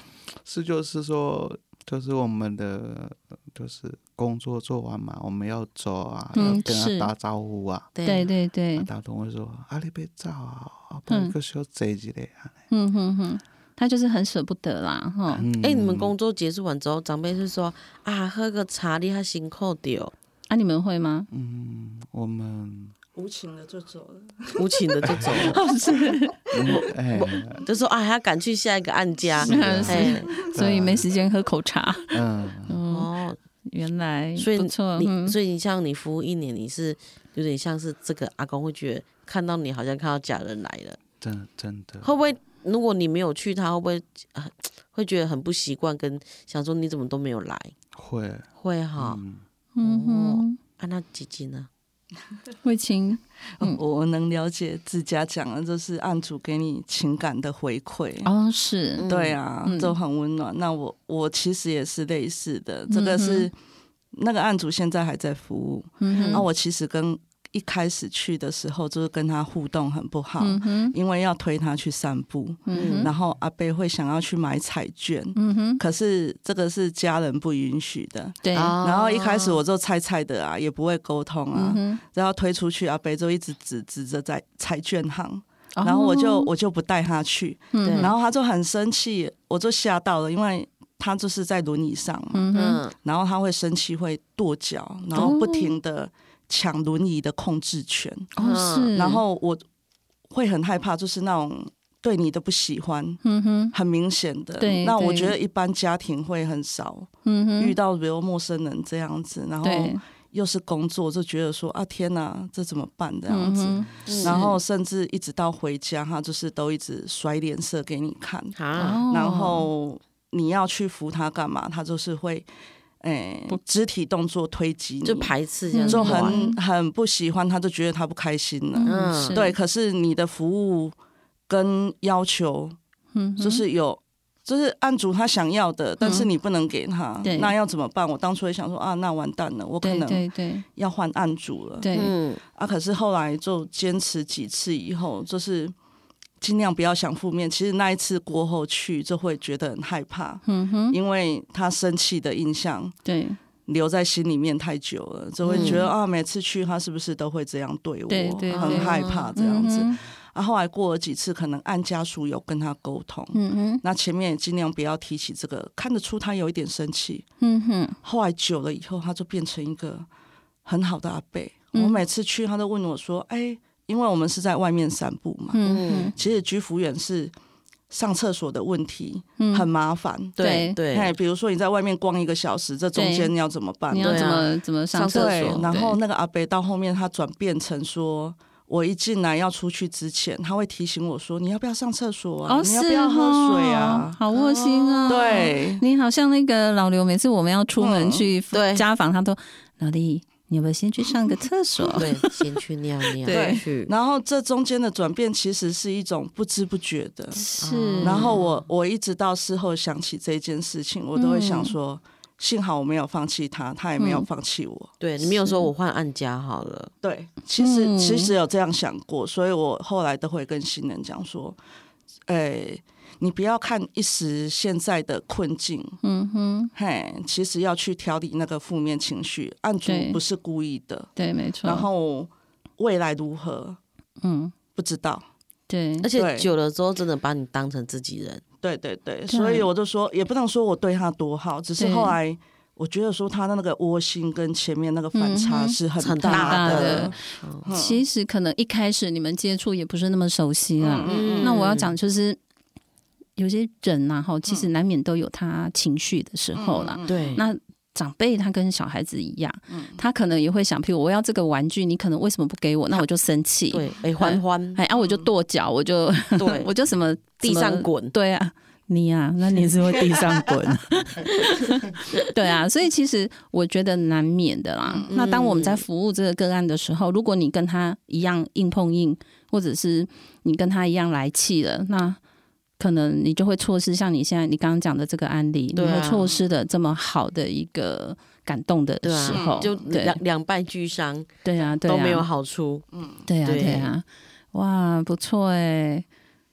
S8: 是就是说，就是我们的就是工作做完嘛，我们要走啊，
S3: 嗯
S8: 要
S3: 是
S8: 跟他打招呼啊。
S3: 对对对
S4: 嗯
S8: 啊，，打通会说啊，你别走啊，啊，不然个小坐一下。
S3: 嗯哼哼，他就是很舍不得啦，哈。
S8: 嗯
S4: 哎、你们工作结束完之后，长辈是说啊，喝个茶你还辛苦掉，
S3: 啊，你们会吗？
S8: 嗯，我们
S6: 无情的就走了。
S4: 无情的就走 了，
S3: 哦
S4: 嗯
S8: 哎，
S4: 就说啊，还要赶去下一个案家，
S8: 是啊
S3: 是
S4: 哎，
S3: 所以没时间喝口茶。
S8: 嗯，
S3: 嗯，
S4: 哦，
S3: 原来
S4: 所以
S3: 不错，
S4: 你、
S3: 嗯
S6: 哦
S4: 所以你像你服务一年，你是有点像是这个阿公会觉得看到你好像看到家人来了，
S8: 真真的，
S4: 会不会？如果你没有去，他会不会啊、会觉得很不习惯，跟想说你怎么都没有来？
S8: 会，
S4: 会哈、
S8: 嗯，
S3: 嗯哼，
S4: 啊，那姐姐呢？
S3: 慧清，
S6: 嗯， 我能了解自家讲的，就是案主给你情感的回馈
S3: 哦，是
S6: 对啊，
S3: 嗯
S6: 就很温暖。那我我其实也是类似的，这个是、那个案主现在还在服务，
S3: 嗯哼
S6: 那、我其实跟一开始去的时候就是跟他互动很不好，
S3: 嗯哼，
S6: 因为要推他去散步，
S3: 嗯哼
S6: 然后阿贝会想要去买彩券，
S3: 嗯哼，
S6: 可是这个是家人不允许的。
S3: 对，
S4: 哦
S6: 然后一开始我就菜菜的啊，也不会沟通啊
S3: 哦嗯，哼，
S6: 然后推出去，阿贝就一直指指着在彩券行，然后我就
S3: 哦，
S6: 我就不带他去，
S3: 嗯
S6: 然后他就很生气，我就吓到了，因为他就是在轮椅上嘛，
S3: 嗯哼，
S4: 嗯，
S6: 然后他会生气，会跺脚，然后不停的抢轮椅的控制权，
S3: 哦是，
S6: 嗯然，后我会很害怕，就是那种对你的不喜欢，
S3: 嗯哼，
S6: 很明显的。
S3: 对
S6: 那
S3: 对
S6: 我觉得一般家庭会很少
S3: 嗯哼，
S6: 遇到，比如陌生人这样子，然后
S3: 对，
S6: 又是工作，就觉得说啊天哪，这怎么办这样
S3: 嗯
S6: 子。
S3: 哼，
S6: 然后甚至一直到回家，他就是都一直甩脸色给你看，
S4: 啊，
S3: 哦
S6: 嗯然后你要去扶他干嘛，他就是会。哎、肢体动作推挤你，
S4: 就排斥这样，
S6: 嗯就
S3: 怪
S6: 很很不喜欢，他就觉得他不开心了。
S3: 嗯
S4: 嗯
S3: 是
S6: 对，，可是你的服务跟要求
S3: 嗯哼嗯
S6: 就是有，就是案主他想要的，但是你不能给他，
S3: 对
S6: 那要怎么办？我当初也想说啊，那完蛋了，我可
S3: 对
S6: 能
S3: 对对
S6: 要换案主了。
S3: 对，
S4: 嗯，
S6: 啊，可是后来就坚持几次以后，就是尽量不要想负面。其实那一次过后去，就会觉得很害怕，
S3: 嗯哼，
S6: 因为他生气的印象
S3: 对
S6: 留在心里面太久了，就会觉得、啊，每次去他是不是都会这样对
S3: 嗯
S6: 我，
S3: 对对
S6: 很
S3: 对
S6: 害怕这样子。
S3: 嗯哼
S6: 啊，后来过了几次，可能按家属有跟他沟通，
S3: 嗯哼，
S6: 那前面也尽量不要提起这个，看得出他有一点生气。
S3: 嗯哼，
S6: 后来久了以后，他就变成一个很好的阿贝。
S3: 嗯
S6: 我每次去，他都问我说：“哎、因为我们是在外面散步嘛，
S3: 嗯哼，
S6: 其实居服员是上厕所的问题、
S3: 嗯
S6: 很麻烦。
S4: 对
S3: 对
S6: 哎，
S4: 对，
S6: 比如说你在外面逛一个小时，这中间你要怎么办？
S3: 你要
S4: 对
S3: 怎
S4: 啊
S3: 么怎么上
S4: 上
S3: 厕
S4: 厕
S6: 对
S3: 所？，
S6: 然
S3: 对
S6: 后那个阿北到后面，他转变成说。我一进来要出去之前，他会提醒我说：“你要不要上厕所啊？
S3: 哦，
S6: 你
S3: 是
S6: 要不要喝水啊
S3: 哦好窝心啊！？”，
S6: 对，
S3: 你好像那个老刘，每次我们要出门
S6: 嗯
S3: 去
S4: 对
S3: 家访，他都老李，你要不要先去上个厕所？
S6: 嗯
S4: 对，先去尿尿，
S3: 对
S4: 去，
S6: 然后这中间的转变其实是一种不知不觉的。
S3: 是，
S6: 嗯然后我我一直到事后想起这件事情，我都会想说，幸好我没有放弃他，他也没有
S3: 嗯
S6: 放弃我。
S4: 对你没有说我换按家好了，
S6: 对，其实、
S3: 嗯
S6: 其实有这样想过，所以我后来都会跟新人讲说，诶、你不要看一时现在的困境，
S3: 嗯哼，
S6: 嘿，其实要去调理那个负面情绪，案主
S3: 对
S6: 不是故意的，
S3: 对，没错。
S6: 然后未来如何
S3: 嗯，
S6: 不知道。
S3: 对
S4: 而，且
S6: 对
S4: 久了之后真的把你当成自己人，
S6: 对对对，
S3: 对
S6: 所以我就说，也不能说我对他多好，只是
S3: 对
S6: 后来我觉得说他的那个窝心跟前面那个反
S3: 嗯
S6: 差
S3: 哼
S6: 是很
S4: 很大
S3: 大
S6: 的
S3: 的。其实可能一开始你们接触也不是那么熟悉啊。
S4: 嗯
S3: 那我要讲就是，有些人呐，哈，其实难免都有他情绪的时候
S6: 嗯
S3: 啦。
S4: 对
S3: 那长辈他跟小孩子一样，他可能也会想，譬如我要这个玩具，你可能为什么不给我？那我就生气。
S4: 对，哎，欢欢，
S3: 哎，啊，我就跺脚，我就
S4: 嗯 对
S3: 我就什么
S4: 地
S3: 什
S4: 上
S3: 么
S4: 滚，
S3: 对啊，你啊，那你是会地上滚，啊 对啊，所以其实我觉得难免的啦。
S4: 嗯
S3: 那当我们在服务这个个案的时候，如果你跟他一样硬碰硬，或者是你跟他一样来气了，那可能你就会错失像你现在你刚刚讲的这个案例，
S4: 对啊
S3: 你会错失的这么好的一个感动的
S4: 对
S3: 时
S4: 啊
S3: 候，，
S4: 就
S3: 对
S4: 两两败俱伤
S3: 对啊，对啊，
S4: 都没有好处，
S3: 对呀、啊，
S4: 对
S3: 对呀、哇，不错哎！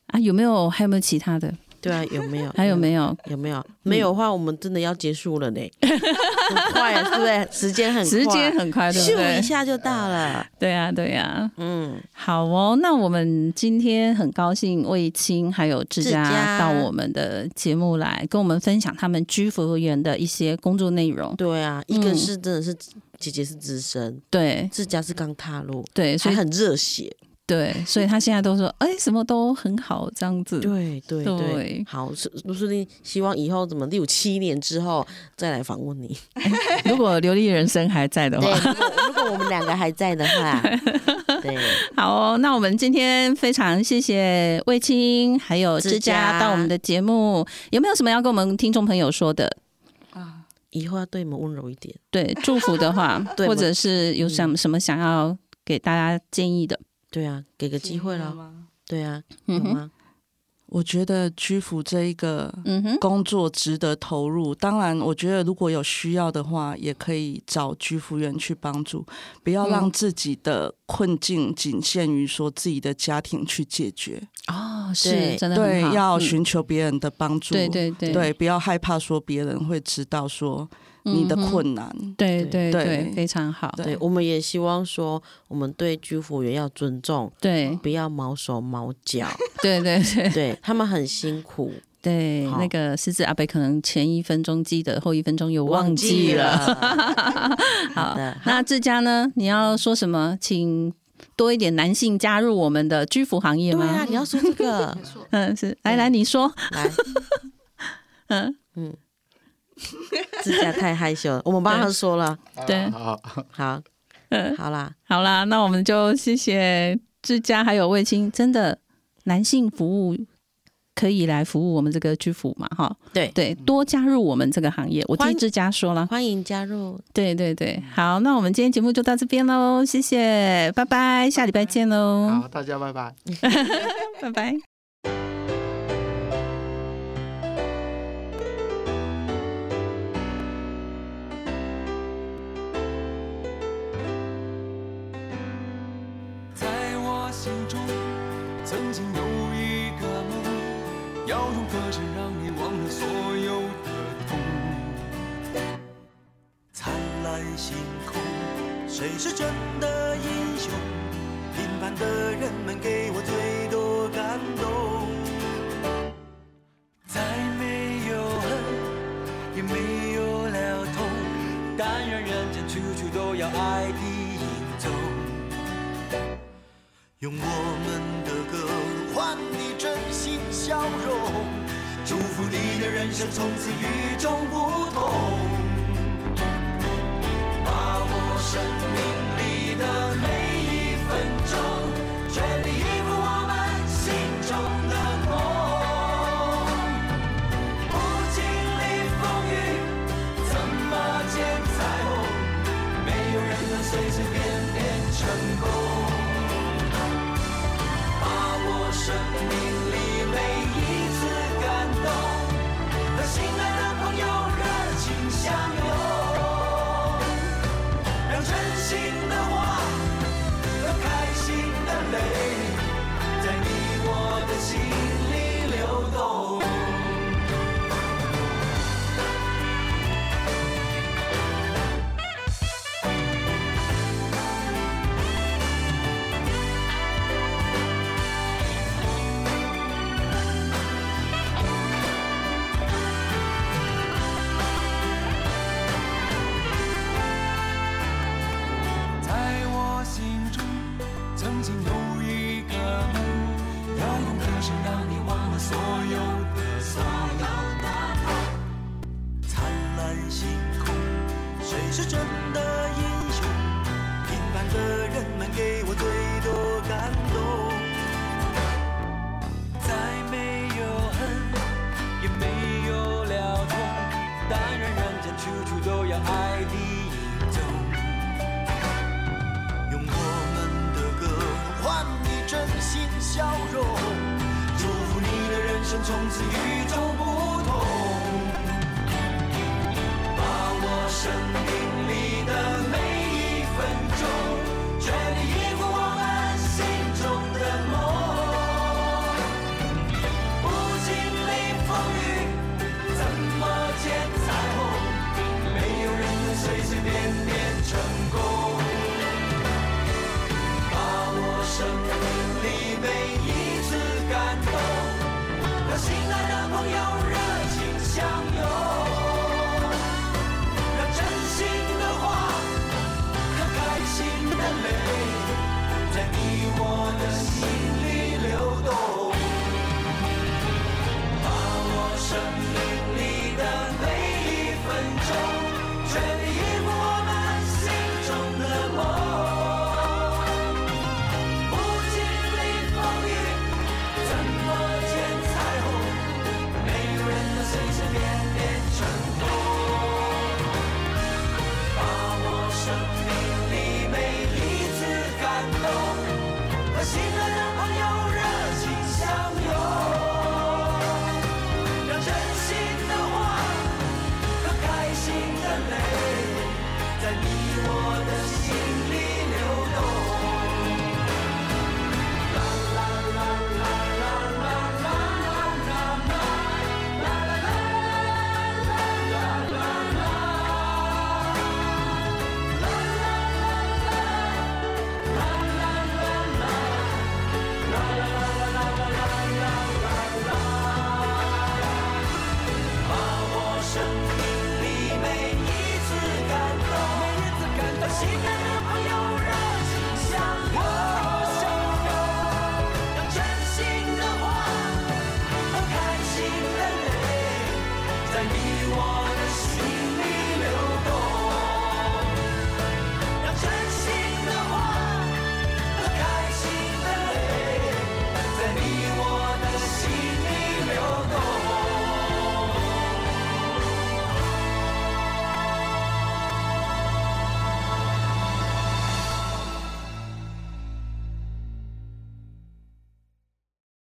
S3: 啊，有没有还有没有其他的？
S4: 对啊，有没有？
S3: 还有没嗯有？
S4: 有没有？没有的话，我们真的要结束了呢，很快啊，是不 是？时间很快，
S3: 时间很快，对不
S4: 咻
S3: 对
S4: 一？下就到了。
S3: 对呀、对呀、
S4: 嗯，
S3: 好哦，那我们今天很高兴魏青还有志
S4: 志
S3: 佳
S4: 佳
S3: 到我们的节目来跟我们分享他们居服务员的一些工作内容。
S4: 对啊，一个
S3: 嗯
S4: 是真的是姐姐是资深，
S3: 对
S4: 自家是刚踏入，
S3: 对，所
S4: 还
S3: 以
S4: 很热血。
S3: 对，所以他现在都说，哎，什么都很好这样子。
S4: 对对
S3: 嗯对
S4: 对，好，说说不定希望以后怎么六七年之后再来访问你。
S3: 如果流利人生还在的话，
S4: 如果如果我们两个还在的 话，对，
S3: 好哦，那我们今天非常谢谢魏青还有志
S4: 志佳
S3: 佳到我们的节目，有没有什么要跟我们听众朋友说的？
S4: 以后要对你们温柔一点。
S3: 对，祝福的话，
S4: 对嗯
S3: 或者是有什么什么想要给大家建议的？
S4: 对啊，给个机会了。对啊，有
S3: 嗯哼
S4: 吗？
S6: 我觉得居服这一个
S3: 嗯哼，
S6: 工作值得投入。当然，我觉得如果有需要的话，也可以找居服员去帮助，不要
S3: 嗯
S6: 让自己的困境仅限于说自己的家庭去解决。
S3: 哦，
S4: 对
S3: 是真的
S6: 对
S3: 很好，，
S6: 要
S3: 嗯
S6: 寻求别人的帮助。
S3: 对对对
S6: 对，不要害怕说别人会知道说你的
S3: 嗯哼
S6: 困难。
S3: 对对
S6: 对
S3: 对，非常好，
S4: 对，我们也希望说，我们对居服员要尊重，
S3: 对
S4: 不要毛手毛脚，
S3: 对对对
S4: 对他们很辛苦，
S3: 对，
S4: 好
S3: 那个狮子阿北可能前一分钟记得，后一分钟又 忘记
S4: 记
S3: 了。
S4: 了。
S3: 好
S4: 的，
S3: 那志佳呢？你要说什么？请多一点男性加入我们的居服行业
S4: 对
S3: 吗？
S4: 啊，你要说这个，
S3: 嗯，是。来来，你说。
S4: 来，
S3: 嗯，
S4: 指甲太害羞了，我们帮他说了，
S3: 对，
S8: 好，
S4: 好，
S3: 嗯，
S4: 好啦，
S3: 好啦，那我们就谢谢志佳还有卫青，真的男性服务可以来服务我们这个居服嘛？哈，
S4: 对，
S3: 对，多加入我们这个行业。我
S4: 欢
S3: 听志佳说了，
S4: 欢迎加入，
S3: 对对
S8: 嗯
S3: 对，好，那我们今天节目就到这边喽，谢谢，拜拜，下礼拜见喽，
S8: 好，大家拜 拜。
S3: 拜拜。
S10: 在我心中，曾经有一个梦，要用歌声让你忘了所有的痛。灿烂星空，谁是真的英雄？平凡的人们给我最多感动。再没有恨，也没有了痛，但愿人间处处都有爱的影踪。用我们的歌换你真心笑容，祝福你的人生从此与众不同。把握生命里的每一分钟，全力以赴我们心中的梦。不经历风雨，怎么见彩虹？没有人能随随便便成功。把握生命里每一次感动，和心爱的朋友热情相拥，让真心的话和开心的泪，在你我的心里流动。在我心中，曾经有一个梦，要用歌声让你忘了所有的所有的痛。灿烂星空，谁是真的英雄？平凡的人们给我最多感动。再没有恨，也没有了痛，但愿人间处处都有爱的影踪。用我们的歌换你真心笑容，祝福你的人生从此与众不